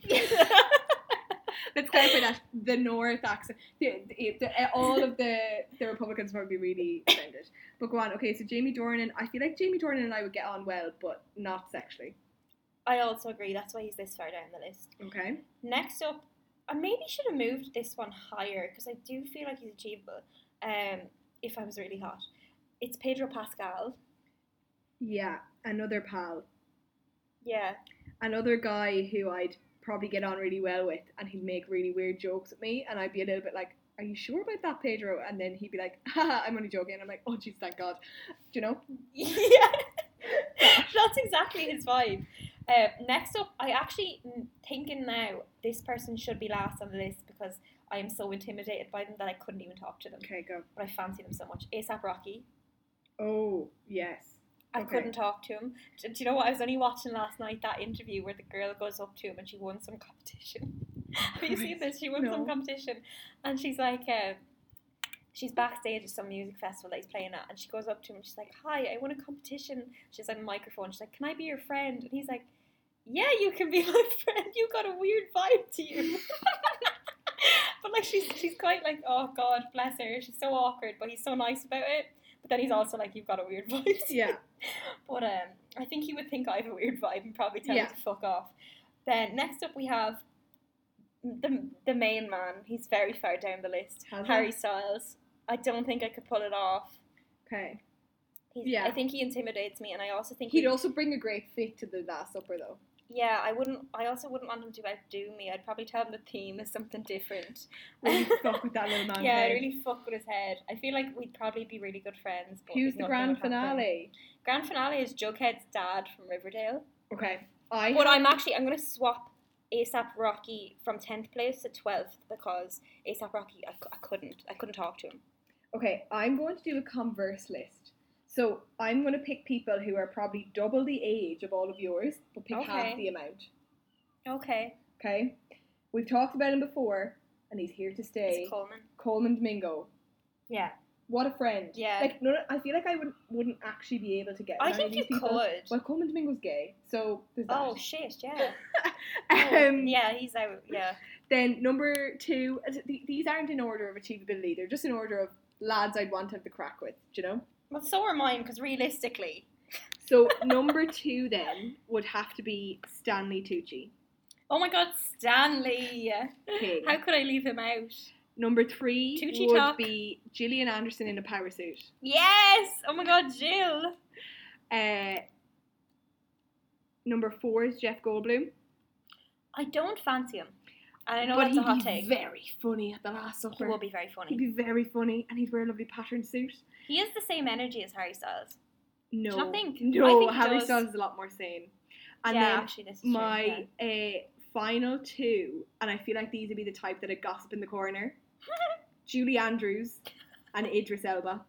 Let's clarify that the North accent. The, the, the- all of the the Republicans would be really offended. But go on. Okay, so Jamie Dornan. I feel like Jamie Dornan and I would get on well, but not sexually.
I also agree. That's why he's this far down the list.
Okay.
Next up, I maybe should have moved this one higher because I do feel like he's achievable. Um, if I was really hot, it's Pedro Pascal.
Yeah, another pal,
Yeah,
another guy who I'd probably get on really well with, and he'd make really weird jokes at me, and I'd be a little bit like. Are you sure about that, Pedro? And then he'd be like, Haha, I'm only joking. I'm like, oh, jeez, thank God. Do you know?
yeah, that's exactly his vibe. Uh, next up, I actually am thinking now this person should be last on the list because I am so intimidated by them that I couldn't even talk to them.
Okay, go.
But I fancy them so much. ASAP Rocky.
Oh, yes.
I
Okay.
couldn't talk to him. Do, do you know what? I was only watching last night that interview where the girl goes up to him and she won some competition. Have you seen this? She won
No.
some competition, and she's like, uh, she's backstage at some music festival that he's playing at, and she goes up to him and she's like, "Hi, I won a competition." She's on a microphone. She's like, "Can I be your friend?" And he's like, "Yeah, you can be my friend. You got a weird vibe to you." But like she's she's quite like oh god bless her she's so awkward but he's so nice about it but then he's also like you've got a weird vibe to
Yeah.
but um, I think he would think I have a weird vibe and probably tell
Yeah.
him to fuck off. Then next up we have the the main man. He's very far down the list.
Has he?
Harry Styles. I don't think I could pull it off.
Okay.
He's,
Yeah.
I think he intimidates me, and I also think
He'd
he-
also bring a great fit to the Last Supper, though.
Yeah, I wouldn't. I also wouldn't want him to outdo me. I'd probably tell him the theme is something different.
Really fuck with that little man.
yeah, I
thing.
really fuck with his head. I feel like we'd probably be really good friends. But
Who's the
nothing
grand
would happen.
finale?
Grand finale is Jughead's dad from Riverdale.
Okay, I
But I'm actually I'm gonna swap ASAP Rocky from tenth place to twelfth because ASAP Rocky I, cou- I couldn't I couldn't talk to him.
okay. I'm going to do a converse list. So I'm going to pick people who are probably double the age of all of yours, but pick half
Okay.
the amount.
Okay.
Okay, we've talked about him before, and he's here to stay.
It's Coleman.
Coleman Domingo.
Yeah.
What a friend.
Yeah.
Like no, no, I feel like I would wouldn't actually be able to get.
I
with any
think
of
you
these people.
could.
Well, Coleman Domingo's gay, so there's that.
oh shit! Yeah. Oh,
um,
yeah, he's out. Yeah.
Then number two, uh, th- these aren't in order of achievability. They're just in order of lads I'd want to have the crack with. Do you know?
Well, so are mine because realistically,
So number two then would have to be Stanley Tucci.
oh my god, Stanley!
Okay.
How could I leave him out?
Number three
Tucci
would
talk.
be Gillian Anderson in a parasuit.
Yes! Oh my god, Jill!
Uh, number four is Jeff Goldblum.
I don't fancy him. And I know
but
that's a
he'd
hot
be
take.
very funny at the Last Supper.
he will be very funny.
He'd be very funny, and he'd wear a lovely patterned suit.
He has the same energy as Harry Styles.
No,
Do you not think? I
no,
think he
Harry
does.
Styles is a lot more sane. And
yeah,
then
actually, this is true, yeah.
my uh, final two, and I feel like these would be the type that would gossip in the corner. Julie Andrews and Idris Elba.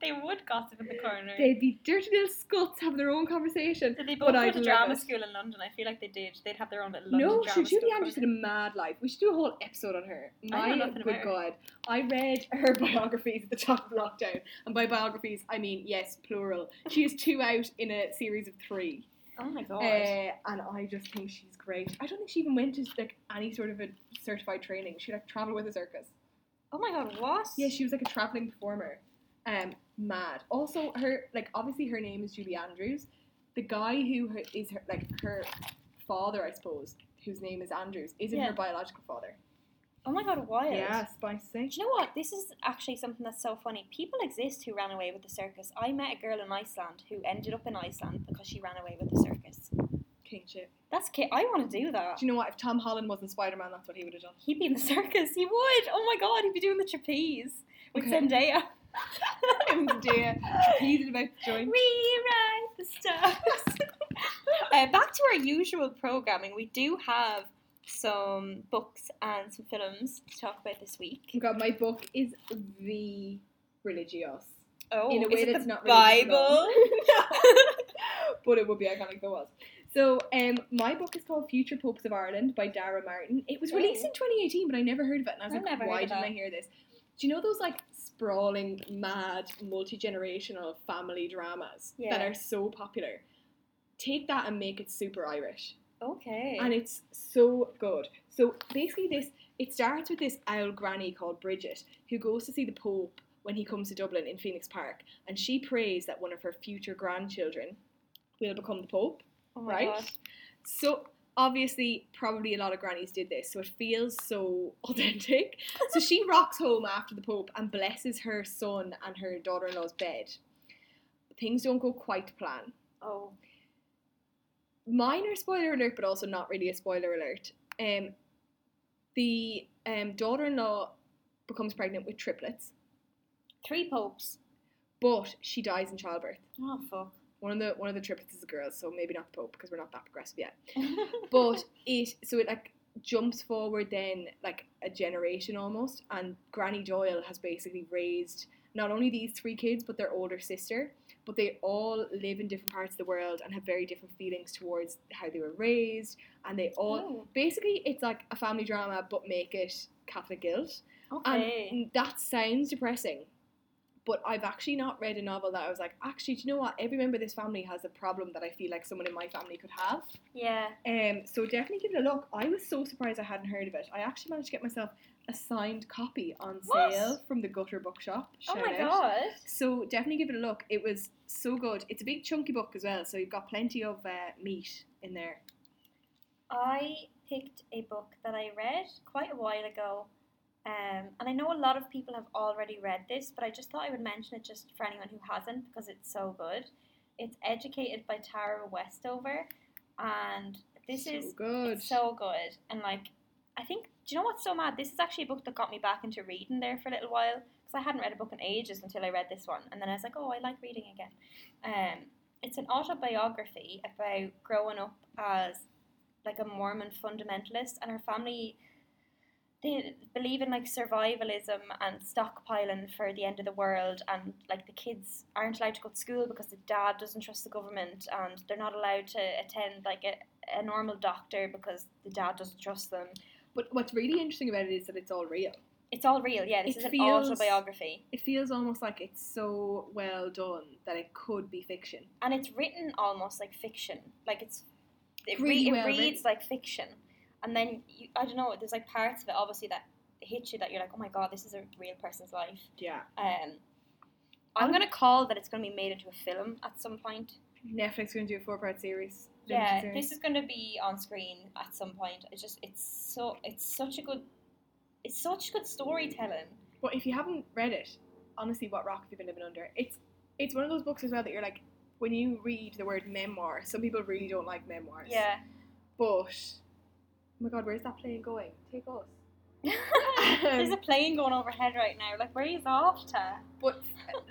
They would gossip in the corner.
They'd be dirty little scuts having their own conversation.
did they
but
both go
I'd
to
love
drama
it.
school in London? I feel like they did. They'd have their own little London
No, she
drama
Julie
school
Andrews had a
program.
mad life. We should do a whole episode on her.
I know
My
nothing
good
about
God, I read her biographies at the top of lockdown, and by biographies I mean yes, plural. She has two out in a series of three.
Oh my god.
Uh, and I just think she's great. I don't think she even went to like any sort of a certified training. She like traveled with a circus.
oh my god, what?
Yeah, she was like a traveling performer. Um, mad. Also, her like obviously her name is Julie Andrews. the guy who her, is her, like her father, I suppose, whose name is Andrews, isn't
Yeah.
her biological father.
Oh my god, wild.
spicy.
Do you know what? This is actually something that's so funny. People exist who ran away with the circus. I met a girl in Iceland who ended up in Iceland because she ran away with the circus.
King shit.
That's kid. I want to do that.
Do you know what? If Tom Holland wasn't Spider Man, that's what he would have done.
He'd be in the circus. He would. Oh my god, he'd be doing the trapeze with
Okay.
Zendaya.
And dear, he's about to join.
Rewrite the stars. uh, back to our usual programming. We do have some books and some films to talk about this week.
God, my book is the religious,
Oh,
In a way
is it
that's
the
not religious at all.
Bible?
but it would be iconic if it was. So, um, my book is called Future Popes of Ireland by Dara Martin. It was released in 2018, but I never heard of it, and I was
I
like,
never
why
heard of
didn't I
that.
hear this? Do you know those like sprawling, mad, multi generational family dramas that
Yeah.
are so popular? Take that and make it super Irish.
okay.
and it's so good. So basically, this it starts with this owl granny called Bridget who goes to see the Pope when he comes to Dublin in Phoenix Park, and she prays that one of her future grandchildren will become the Pope.
oh my
Right?
God.
So obviously, probably a lot of grannies did this, so it feels so authentic. so she rocks home after the Pope and blesses her son and her daughter-in-law's bed. Things don't go quite to plan
Oh.
minor spoiler alert, but also not really a spoiler alert. Um, the um, daughter-in-law becomes pregnant with triplets,
Three popes.
but she dies in childbirth.
Oh fuck.
One of the one of the triplets is a girl, so maybe not the Pope because we're not that progressive yet. But it so it like jumps forward then like a generation almost, and Granny Doyle has basically raised not only these three kids but their older sister. But they all live in different parts of the world and have very different feelings towards how they were raised, and they all
Oh,
basically it's like a family drama but make it catholic guilt
okay.
and that sounds depressing but i've actually not read a novel that i was like actually do you know what every member of this family has a problem that i feel like someone in my family could have
yeah.
um, so definitely give it a look i was so surprised i hadn't heard of it i actually managed to get myself a signed copy on
What?
sale from the gutter bookshop
Oh
Shout
my
out.
god.
so definitely give it a look it was so good it's a big chunky book as well so you've got plenty of uh, meat in there
I picked a book that I read quite a while ago, um, and I know a lot of people have already read this, but I just thought I would mention it just for anyone who hasn't because it's so good. It's Educated by Tara Westover, and this
so
is
good
it's so good. And like, I think, do you know what's so mad? This is actually a book that got me back into reading there for a little while because I hadn't read a book in ages until I read this one, and then I was like, oh, I like reading again. Um, it's an autobiography about growing up as like a Mormon fundamentalist, and her family they believe in like survivalism and stockpiling for the end of the world and like the kids aren't allowed to go to school because the dad doesn't trust the government and they're not allowed to attend like a, a normal doctor because the dad doesn't trust them
But what's really interesting about it is that it's all real.
it's all real yeah this
It
is an
feels-
autobiography
It feels almost like it's so well done that it could be fiction.
and it's written almost like fiction like it's it,
Really
re-
well
it reads
written.
like fiction and then you, i don't know there's like parts of it obviously that hit you that you're like oh my god this is a real person's life
Yeah.
Um, I'm gonna call that it's gonna be made into a film at some point.
Netflix going to do a four part series.
Yeah,
limited series.
this is gonna be on screen at some point. It's just it's so it's such a good it's such good storytelling.
But if you haven't read it, honestly, what rock have you been living under? It's it's one of those books as well that you're like, when you read the word memoir, some people really don't like memoirs.
Yeah.
But oh my god, where's that plane going? Take us. Um,
There's a plane going overhead right now. Like where is off to?
But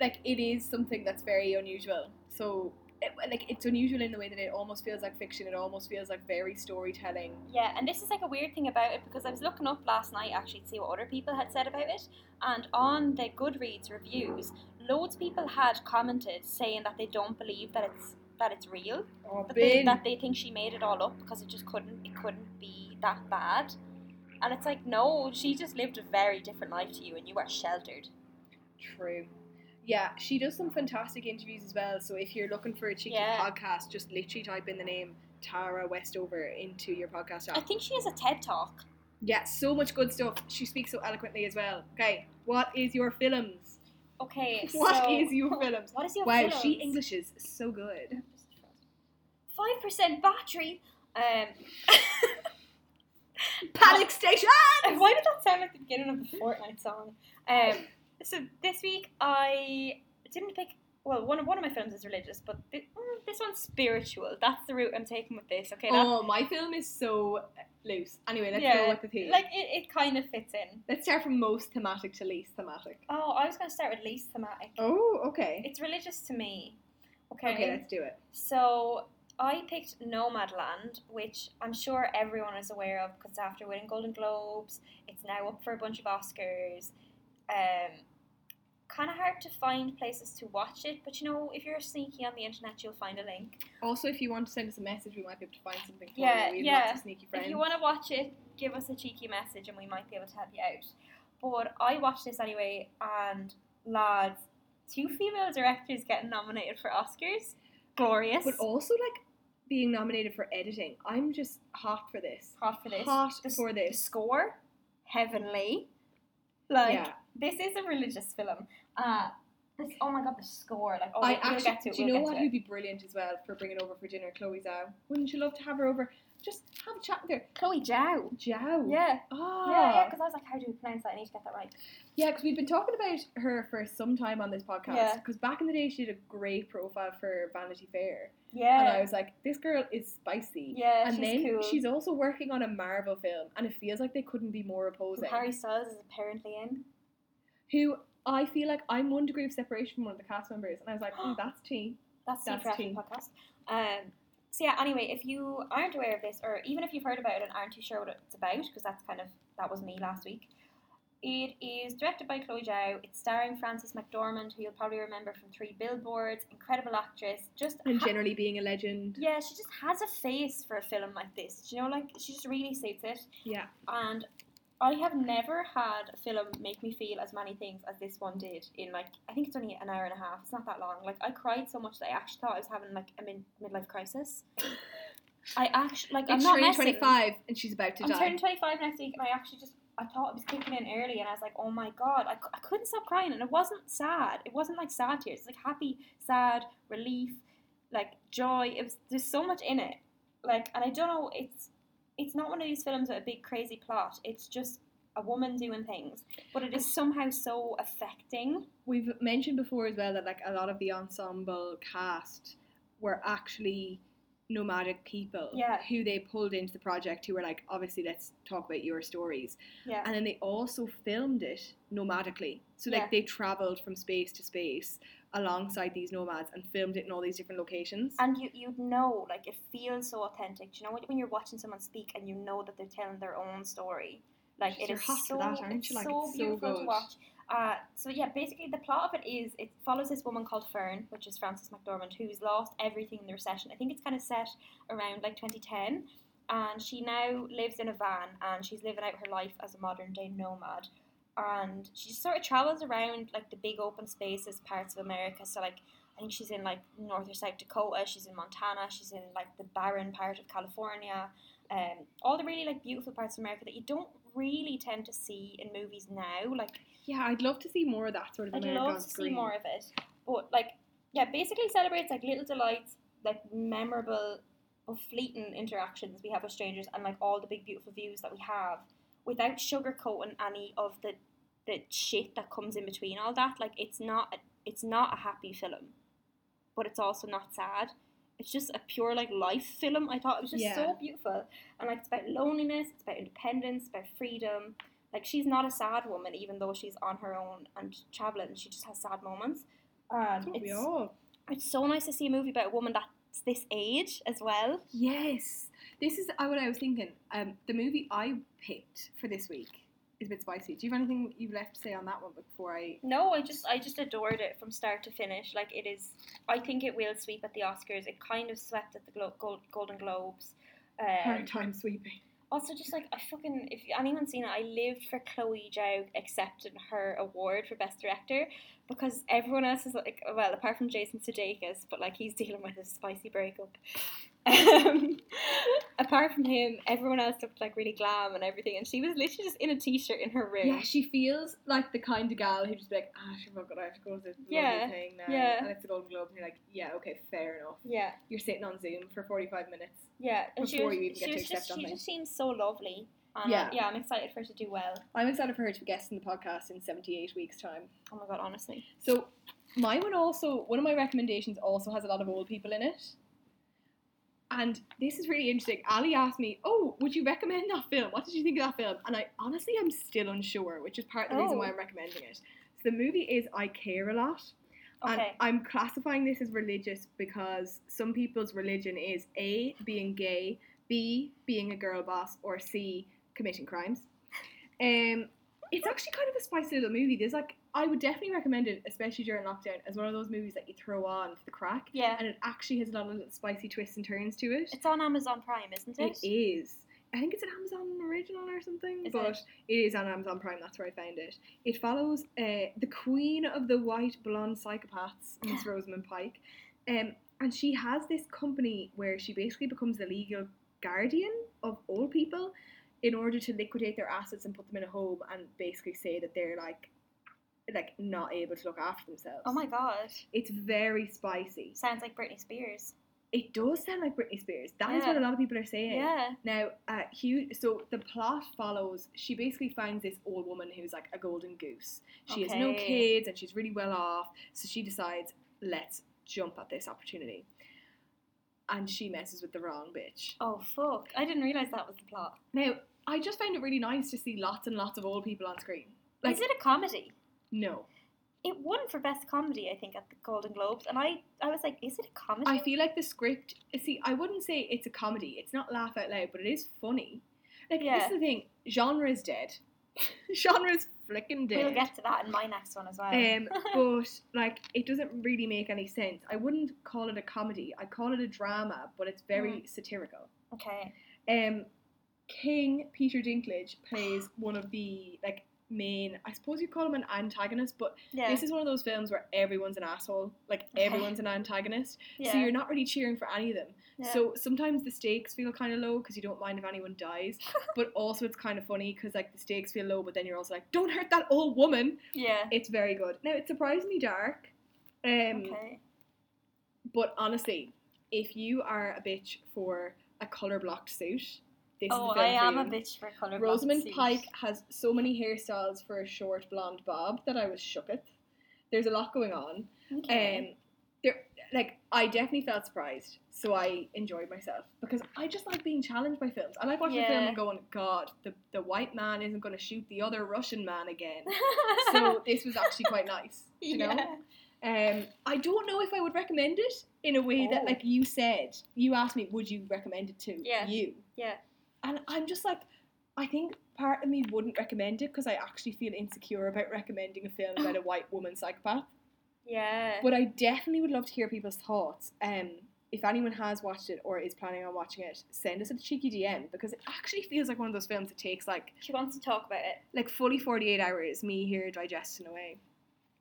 like it is something that's very unusual. So it, like it's unusual in the way that it almost feels like fiction. It almost feels like very storytelling.
Yeah, and this is like a weird thing about it because I was looking up last night actually to see what other people had said about it, and on the Goodreads reviews, loads of people had commented saying that they don't believe that it's that it's real.
Oh,
that they, that they think she made it all up because it just couldn't it couldn't be that bad and it's like no she just lived a very different life to you and you are sheltered
True. Yeah, she does some fantastic interviews as well. So if you're looking for a cheeky
Yeah.
podcast, just literally type in the name Tara Westover into your podcast
i
app.
think she has a ted talk
Yeah, so much good stuff. She speaks so eloquently as well. Okay, what is your films?
okay
What
so,
is your films?
what is your
Wow,
films?
she Englishes so good.
five percent battery. Um,
Panic station.
Why did that sound like the beginning of the Fortnite song? Um, so this week I didn't pick. Well, one of one of my films is religious, but thi- mm, this one's spiritual. That's the route I'm taking with this. Okay, that,
Oh, my film is so loose. Anyway, let's
Yeah,
go with the theme.
like it, it kind of fits in.
let's start from most thematic to least thematic.
Oh, I was going to start with least thematic.
Oh, okay.
It's religious to me. Okay.
Okay, let's do it.
So I picked Nomadland, which I'm sure everyone is aware of because after winning Golden Globes, it's now up for a bunch of Oscars. Um, kind of hard to find places to watch it, but you know, if you're sneaky on the internet, you'll find a link.
Also, if you want to send us a message, we might be able to find something for
Yeah,
you. We have
yeah.
lots of sneaky friends.
If you want to watch it, give us a cheeky message and we might be able to help you out. But I watched this anyway, and lads, two female directors getting nominated for Oscars. Glorious.
but also like being nominated for editing. I'm just hot for this.
hot for this.
Hot
the, s-
for
the
this.
score, heavenly. Like
yeah,
this is a religious film. Uh, this oh my god, the score. Like oh,
I
we'll
actually.
get to it.
do you
we'll
know
get
what?
to it.
Who'd be brilliant as well for bringing over for dinner, Chloe Zhao. Wouldn't you love to have her over? Just have a chat with her.
Chloe Zhao.
Zhao.
Yeah,
Ah.
yeah, yeah. Because I was like, how do we pronounce that? I need to get that right.
Yeah, because we've been talking about her for some time on this podcast.
Yeah.
Because back in the day, she did a great profile for Vanity Fair, and I
Yeah,
was like, this girl is spicy.
yeah.
and
she's
then
cool.
she's also working on a Marvel film, and it feels like they couldn't be more
Who
opposing.
Harry Styles is apparently in.
who I feel like I'm one degree of separation from one of the cast members, and I was like, oh, that's tea.
That's the
That's
Interactive
tea.
podcast. Um, so yeah. Anyway, if you aren't aware of this, or even if you've heard about it and aren't too sure what it's about, because that's kind of that was me last week. It is directed by Chloe Zhao. It's starring Frances McDormand, who you'll probably remember from Three Billboards. Incredible actress. Just
And
ha-
generally being a legend.
yeah, she just has a face for a film like this. Do you know, like she just really suits it.
Yeah.
And I have never had a film make me feel as many things as this one did in like I think it's only an hour and a half. It's not that long. Like I cried so much that I actually thought I was having like a mid- midlife crisis. I actually like I'm
It's
not
turning
messing.
25, and she's about to
I'm
die.
turning 25 next week, and I actually just I thought it was kicking in early, and I was like, oh my god, I, cou- I couldn't stop crying, and it wasn't sad. It wasn't like sad tears. It's like happy, sad, relief, like joy. It was there's so much in it, like, and I don't know. It's it's not one of these films with a big crazy plot. It's just a woman doing things, but it is somehow so affecting.
We've mentioned before as well that like a lot of the ensemble cast were actually nomadic people
Yeah.
who they pulled into the project who were like, obviously, let's talk about your stories.
Yeah.
and then they also filmed it nomadically. So
Yeah.
like they traveled from space to space alongside these nomads and filmed it in all these different locations.
And you you know, like it feels so authentic. Do you know when- when you're watching someone speak and you know that they're telling their own story? Like
Jeez,
it
you're
is
hot for
so
that, aren't
it's
you? Like,
so
it's so
beautiful to
good.
watch. Uh, so yeah, basically the plot of it is it follows this woman called Fern, which is Frances McDormand, who's lost everything in the recession. I think it's kind of set around like 2010, and she now lives in a van and she's living out her life as a modern day nomad. And she sort of travels around like the big open spaces, parts of America. So like I think she's in like North or South Dakota. She's in Montana. She's in like the barren part of California. Um, all the really like beautiful parts of America that you don't really tend to see in movies now. Like
yeah, I'd love to see more of that sort of
I'd
America
love
on
to
screen.
see more of it, but like yeah, basically celebrates like little delights, like memorable but fleeting interactions we have with strangers, and like all the big beautiful views that we have without sugarcoating any of the the shit that comes in between all that. Like it's not a, it's not a happy film, but it's also not sad. It's just a pure like life film. I thought it was just so
Yeah.
beautiful, and like it's about loneliness, it's about independence, it's about freedom. Like she's not a sad woman, even though she's on her own and traveling. She just has sad moments. And
Don't we
it's,
all?
it's so nice to see a movie about a woman that's this age as well.
Yes. This is uh, what I was thinking. Um, the movie I picked for this week is a bit spicy. Do you have anything you've left to say on that one before I
No, I just I just adored it from start to finish. Like it is, I think it will sweep at the Oscars. It kind of swept at the Glo- Gold- Golden Globes. Um,
hard time sweeping?
also, just like I fucking if anyone's seen it, I lived for Chloe Zhao accepting her award for best director because everyone else is like well apart from Jason Sudeikis, but like he's dealing with his spicy breakup. Um, apart from him, everyone else looked like really glam and everything, and she was literally just in a t-shirt in her room.
Yeah, she feels like the kind of gal who just be like, ah, she forgot I have to go to this bloody
Yeah,
thing now.
yeah.
And it's the Golden Globes, and you're like, yeah, okay, fair enough.
yeah,
You're sitting on Zoom for 45 minutes.
yeah.
And she
Before
was,
you even
she
get to
was
accept
just, she
something.
just seems so lovely. And
Yeah.
yeah. yeah, I'm excited for her to do well.
I'm excited for her to be guest in the podcast in 78 weeks' time.
Oh my god, honestly.
So, my one also, one of my recommendations also has a lot of old people in it. And this is really interesting. Ali asked me, Oh, would you recommend that film? What did you think of that film? And I honestly am still unsure, which is part of the reason
Oh.
why I'm recommending it. So, the movie is I Care a Lot. And
Okay.
I'm classifying this as religious because some people's religion is A, being gay, B, being a girl boss, or C, committing crimes. Um, it's actually kind of a spicy little movie. There's like, I would definitely recommend it, especially during lockdown, as one of those movies that you throw on for the crack.
Yeah.
And it actually has a lot of little spicy twists and turns to it.
It's on Amazon Prime, isn't it?
It is. I think it's an Amazon original or something,
Is
but it is on Amazon Prime. That's where I found it. It follows uh, the queen of the white blonde psychopaths, Miss Rosamund Pike, um, and she has this company where she basically becomes the legal guardian of old people in order to liquidate their assets and put them in a home and basically say that they're like, like not able to look after themselves.
Oh my god.
It's very spicy.
Sounds like Britney Spears.
It does sound like Britney Spears. That is
Yeah.
what a lot of people are saying.
Yeah.
Now, uh, Hugh. So the plot follows. She basically finds this old woman who's like a golden goose. She has no
Okay.
kids and she's really well off. So she decides, let's jump at this opportunity. And she messes with the wrong bitch.
Oh fuck. I didn't realise that was the plot.
Now, I just found it really nice to see lots and lots of old people on screen. Like,
Is it a comedy?
no,
It won for best comedy, I think, at the Golden Globes, and I, I was like, is it a comedy?
I feel like the script. See, I wouldn't say it's a comedy. It's not laugh out loud, but it is funny. Like this
Yeah.
is the thing. Genre is dead. genre is flicking dead.
we'll get to that in my next one as well.
Um, but like it doesn't really make any sense. I wouldn't call it a comedy. I call it a drama, but it's very
Mm.
satirical.
okay.
Um, King Peter Dinklage plays one of the like main. I suppose you call him an antagonist, but
Yeah.
this is one of those films where everyone's an asshole. Like
Okay.
everyone's an antagonist,
yeah.
so you're not really cheering for any of them.
yeah.
So sometimes the stakes feel kind of low because you don't mind if anyone dies, but also it's kind of funny because like the stakes feel low, but then you're also like, don't hurt that old woman.
yeah.
It's very good. Now it's surprisingly dark. Um
Okay.
but honestly, if you are a bitch for a colour blocked suit, this
Oh,
is the film
I
for
am a
you.
bitch for color.
Rosamund Pike has so many hairstyles for a short blonde bob that I was shooketh. There's a lot going on.
Okay.
Um there like I definitely felt surprised, so I enjoyed myself because I just like being challenged by films. I like watching a film
Yeah.
and going, God, the, the white man isn't gonna shoot the other Russian man again. um, so this was actually quite nice, you know.
Yeah.
Um, I don't know if I would recommend it in a way that,
Oh.
like you said, you asked me, would you recommend it to
Yeah.
you?
Yeah.
And I'm just like, I think part of me wouldn't recommend it because I actually feel insecure about recommending a film about a white woman psychopath.
yeah.
But I definitely would love to hear people's thoughts. Um, if anyone has watched it or is planning on watching it, send us a cheeky DM because it actually feels like one of those films that takes like
She wants to talk about it.
like fully 48 hours me here digesting away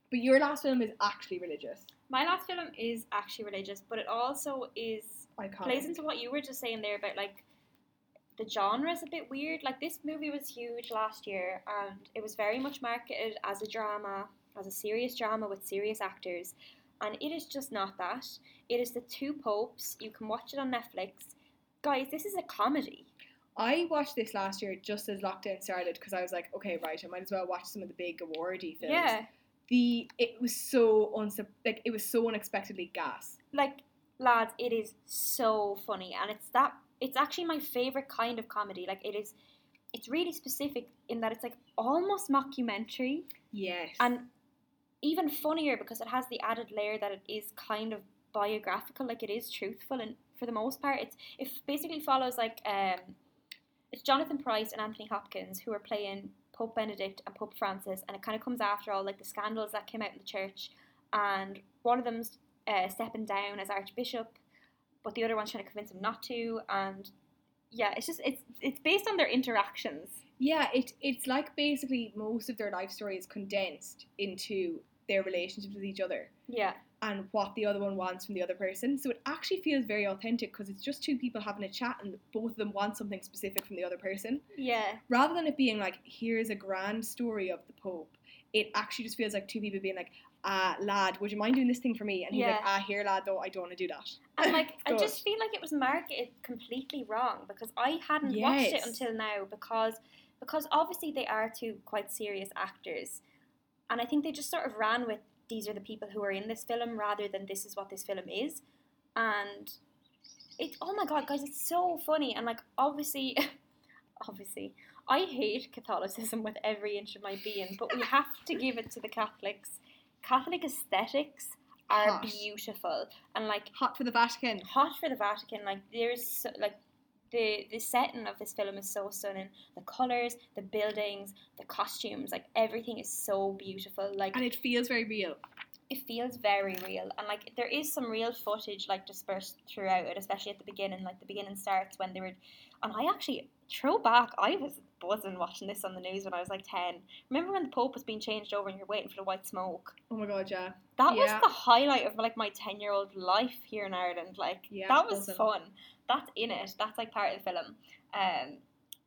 but your last film is actually religious
My last film is actually religious, but it also is
iconic
plays into what you were just saying there about like the genre is a bit weird. Like this movie was huge last year, and it was very much marketed as a drama, as a serious drama with serious actors, and it is just not that. It is the two popes. You can watch it on Netflix, guys. This is a comedy.
i watched this last year just as lockdown started because i was like okay right i might as well watch some of the big awardy films
Yeah,
the it was so unsu- like it was so unexpectedly gas
like lads, it is so funny, and it's that. It's actually my favorite kind of comedy. Like it is, it's really specific in that it's like almost mockumentary.
yes
and even funnier because it has the added layer that it is kind of biographical like it is truthful and for the most part it's it basically follows like um it's jonathan price and anthony hopkins who are playing pope benedict and pope francis and it kind of comes after all like the scandals that came out in the church and one of them's uh, stepping down as archbishop but the other one's trying to convince him not to and yeah it's just it's it's based on their interactions
yeah it it's like basically most of their life story is condensed into their relationships with each other
Yeah.
and what the other one wants from the other person. So it actually feels very authentic because it's just two people having a chat and both of them want something specific from the other person.
Yeah.
Rather than it being like, here's a grand story of the Pope, it actually just feels like two people being like, ah, lad, would you mind doing this thing for me? And he's
Yeah.
like, ah, here, lad, though, I don't want to do that.
And like, I
Good.
just feel like it was marketed completely wrong because I hadn't watched it
Yes.
until now because because obviously they are two quite serious actors, and I think they just sort of ran with these are the people who are in this film rather than this is what this film is, and it oh my god guys it's so funny and like obviously obviously I hate Catholicism with every inch of my being but we have to give it to the Catholics. Catholic aesthetics are
Hot.
beautiful and like
Hot for the Vatican.
hot for the Vatican. Like there's so, like the the setting of this film is so stunning. The colors, the buildings, the costumes, like everything is so beautiful. Like
And it feels very real.
it feels very real and like there is some real footage like dispersed throughout it especially at the beginning like the beginning starts when they were and i actually throwback i was buzzing watching this on the news when i was like 10 remember when the pope was being changed over and you're waiting for the white smoke
Oh my god, yeah.
that
Yeah.
was the highlight of like my 10 year old life here in Ireland. Like,
Yeah,
that was
awesome.
fun. That's in it. That's like part of the film. Um,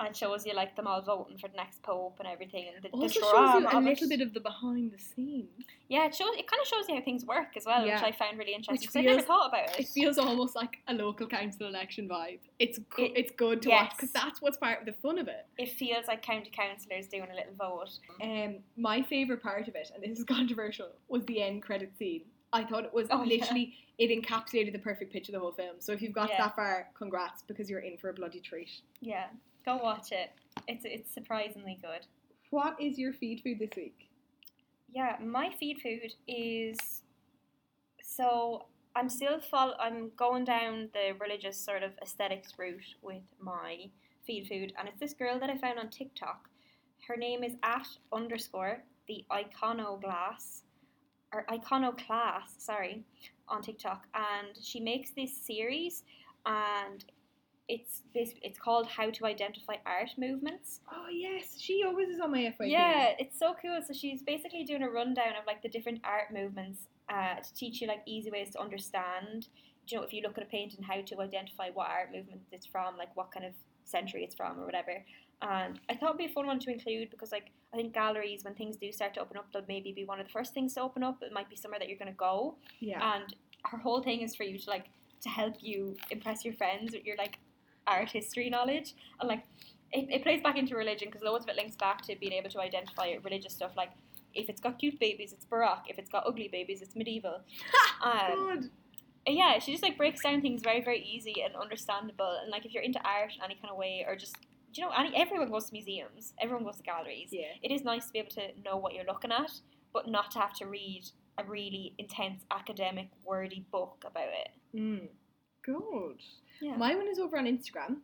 and it shows you like them all voting for the next pope and everything. And the, the
Also shows
drama
you a
of
little
it.
bit of the behind the scenes.
Yeah, it shows. It kind of shows you how things work as well,
Yeah.
which I found really interesting.
Which
Because I never
feels-
thought about it.
It feels almost like a local council election vibe. It's go-
It-
it's good to
yes.
watch 'cause watch because that's what's part of the fun of it.
it feels like county councillors doing a little vote.
Um, my favorite part of it, and this is controversial, was the end credit scene. I thought it was
Oh, yeah.
literally it encapsulated the perfect pitch of the whole film. So if you've got
Yeah.
that far, congrats because you're in for a bloody treat.
Yeah, go watch it. It's it's surprisingly good.
What is your feed food this week?
Yeah, my feed food is so I'm still follow I'm going down the religious sort of aesthetics route with my feed food, and it's this girl that I found on TikTok. Her name is at underscore the iconoglass or iconoclass, sorry, on TikTok, and she makes this series, and it's this it's called How to Identify Art Movements.
Oh yes, she always is on my FYP.
Yeah, it's so cool. So she's basically doing a rundown of like the different art movements uh, to teach you like easy ways to understand. You know, if you look at a painting, how to identify what art movement it's from, like what kind of century it's from, or whatever. And I thought it'd be a fun one to include because, like, I think galleries, when things do start to open up, they'll maybe be one of the first things to open up. It might be somewhere that you're going to go
yeah.
and her whole thing is for you to like to help you impress your friends with your like art history knowledge and like it, it plays back into religion because loads of it links back to being able to identify religious stuff like if it's got cute babies it's baroque if it's got ugly babies it's medieval um,
Good.
and yeah she just like breaks down things very very easy and understandable and like if you're into art in any kind of way or just do you know any, everyone goes to museums everyone goes to galleries
Yeah.
it is nice to be able to know what you're looking at, but not to have to read a really intense academic wordy book about it.
Mm. Good.
Yeah.
My one is over on Instagram.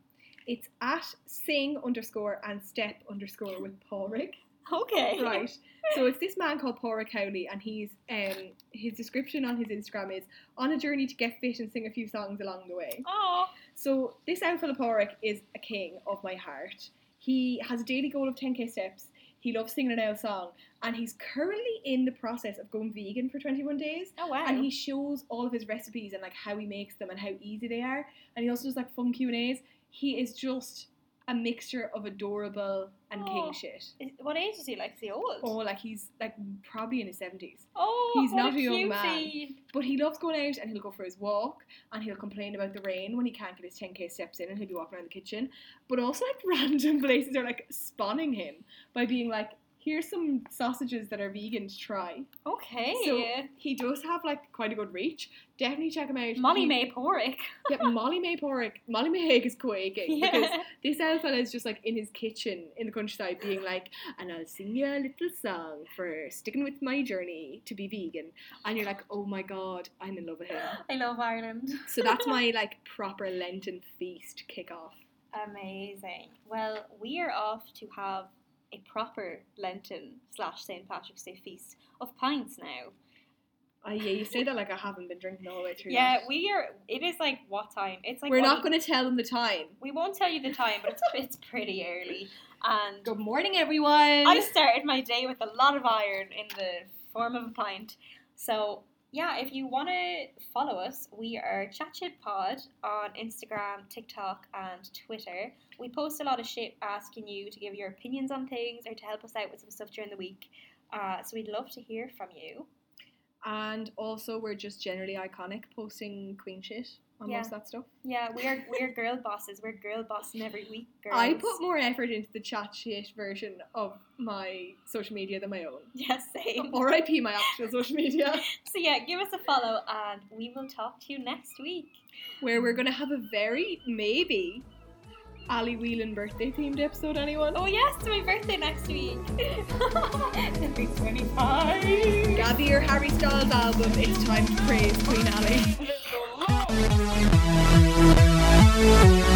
It's at sing underscore and step underscore with Porrig.
Okay.
right. So it's this man called Porrick Howley, and he's um his description on his Instagram is on a journey to get fit and sing a few songs along the way.
Oh.
So this outfit of Porrick is a king of my heart. He has a daily goal of 10k steps. He loves singing an old song, and he's currently in the process of going vegan for 21 days.
Oh wow.
And he shows all of his recipes and like how he makes them and how easy they are. And he also does like fun Q and A's. He is just a mixture of adorable and
Aw.
king shit.
Is- what age is he? Like, is he old?
Oh, like he's like probably in his seventies.
Oh,
he's
what
not a young man.
cutie.
But he loves going out and he'll go for his walk and he'll complain about the rain when he can't get his 10k steps in and he'll be walking around the kitchen. But also like random places are like spawning him by being like, here's some sausages that are vegan to try.
Okay.
So he does have like quite a good reach. Definitely check him out.
Molly
He-
May Porrick.
Yeah, Molly May Porrick. Molly May Haig is quaking because
Yeah.
this old fella is just like in his kitchen in the countryside being like, and I'll sing you a little song for sticking with my journey to be vegan. And you're like, oh my god, I'm in love with him.
I love Ireland.
So that's my like proper Lenten feast kickoff.
Amazing. Well, we are off to have a proper Lenten slash St. Patrick's Day feast of pints now.
Oh yeah, you say that like I haven't been drinking all the way through.
Yeah,
that.
we are. It is like what time? It's like
we're
what-
not going to tell them the time.
We won't tell you the time, but it's it's pretty early. And
Good morning, everyone.
I started my day with a lot of iron in the form of a pint. So yeah, if you want to follow us, we are Chat Shit Pod on Instagram, TikTok, and Twitter. We post a lot of shit asking you to give your opinions on things or to help us out with some stuff during the week. Uh, so we'd love to hear from you.
And also, we're just generally iconic posting queen shit on
Yeah.
most of that stuff.
Yeah, we are we're girl bosses. We're girl bossing every week, girls.
I put more effort into the chat shit version of my social media than my own.
yeah, same.
R.I.P. my actual social media,
So yeah, give us a follow, and we will talk to you next week.
where we're gonna have a very maybe Ali Whelan birthday themed episode. Anyone?
Oh yes, my birthday next week. Happy 25.
Gather your Harry Styles album. It's time to praise Queen Ali.
Thank you.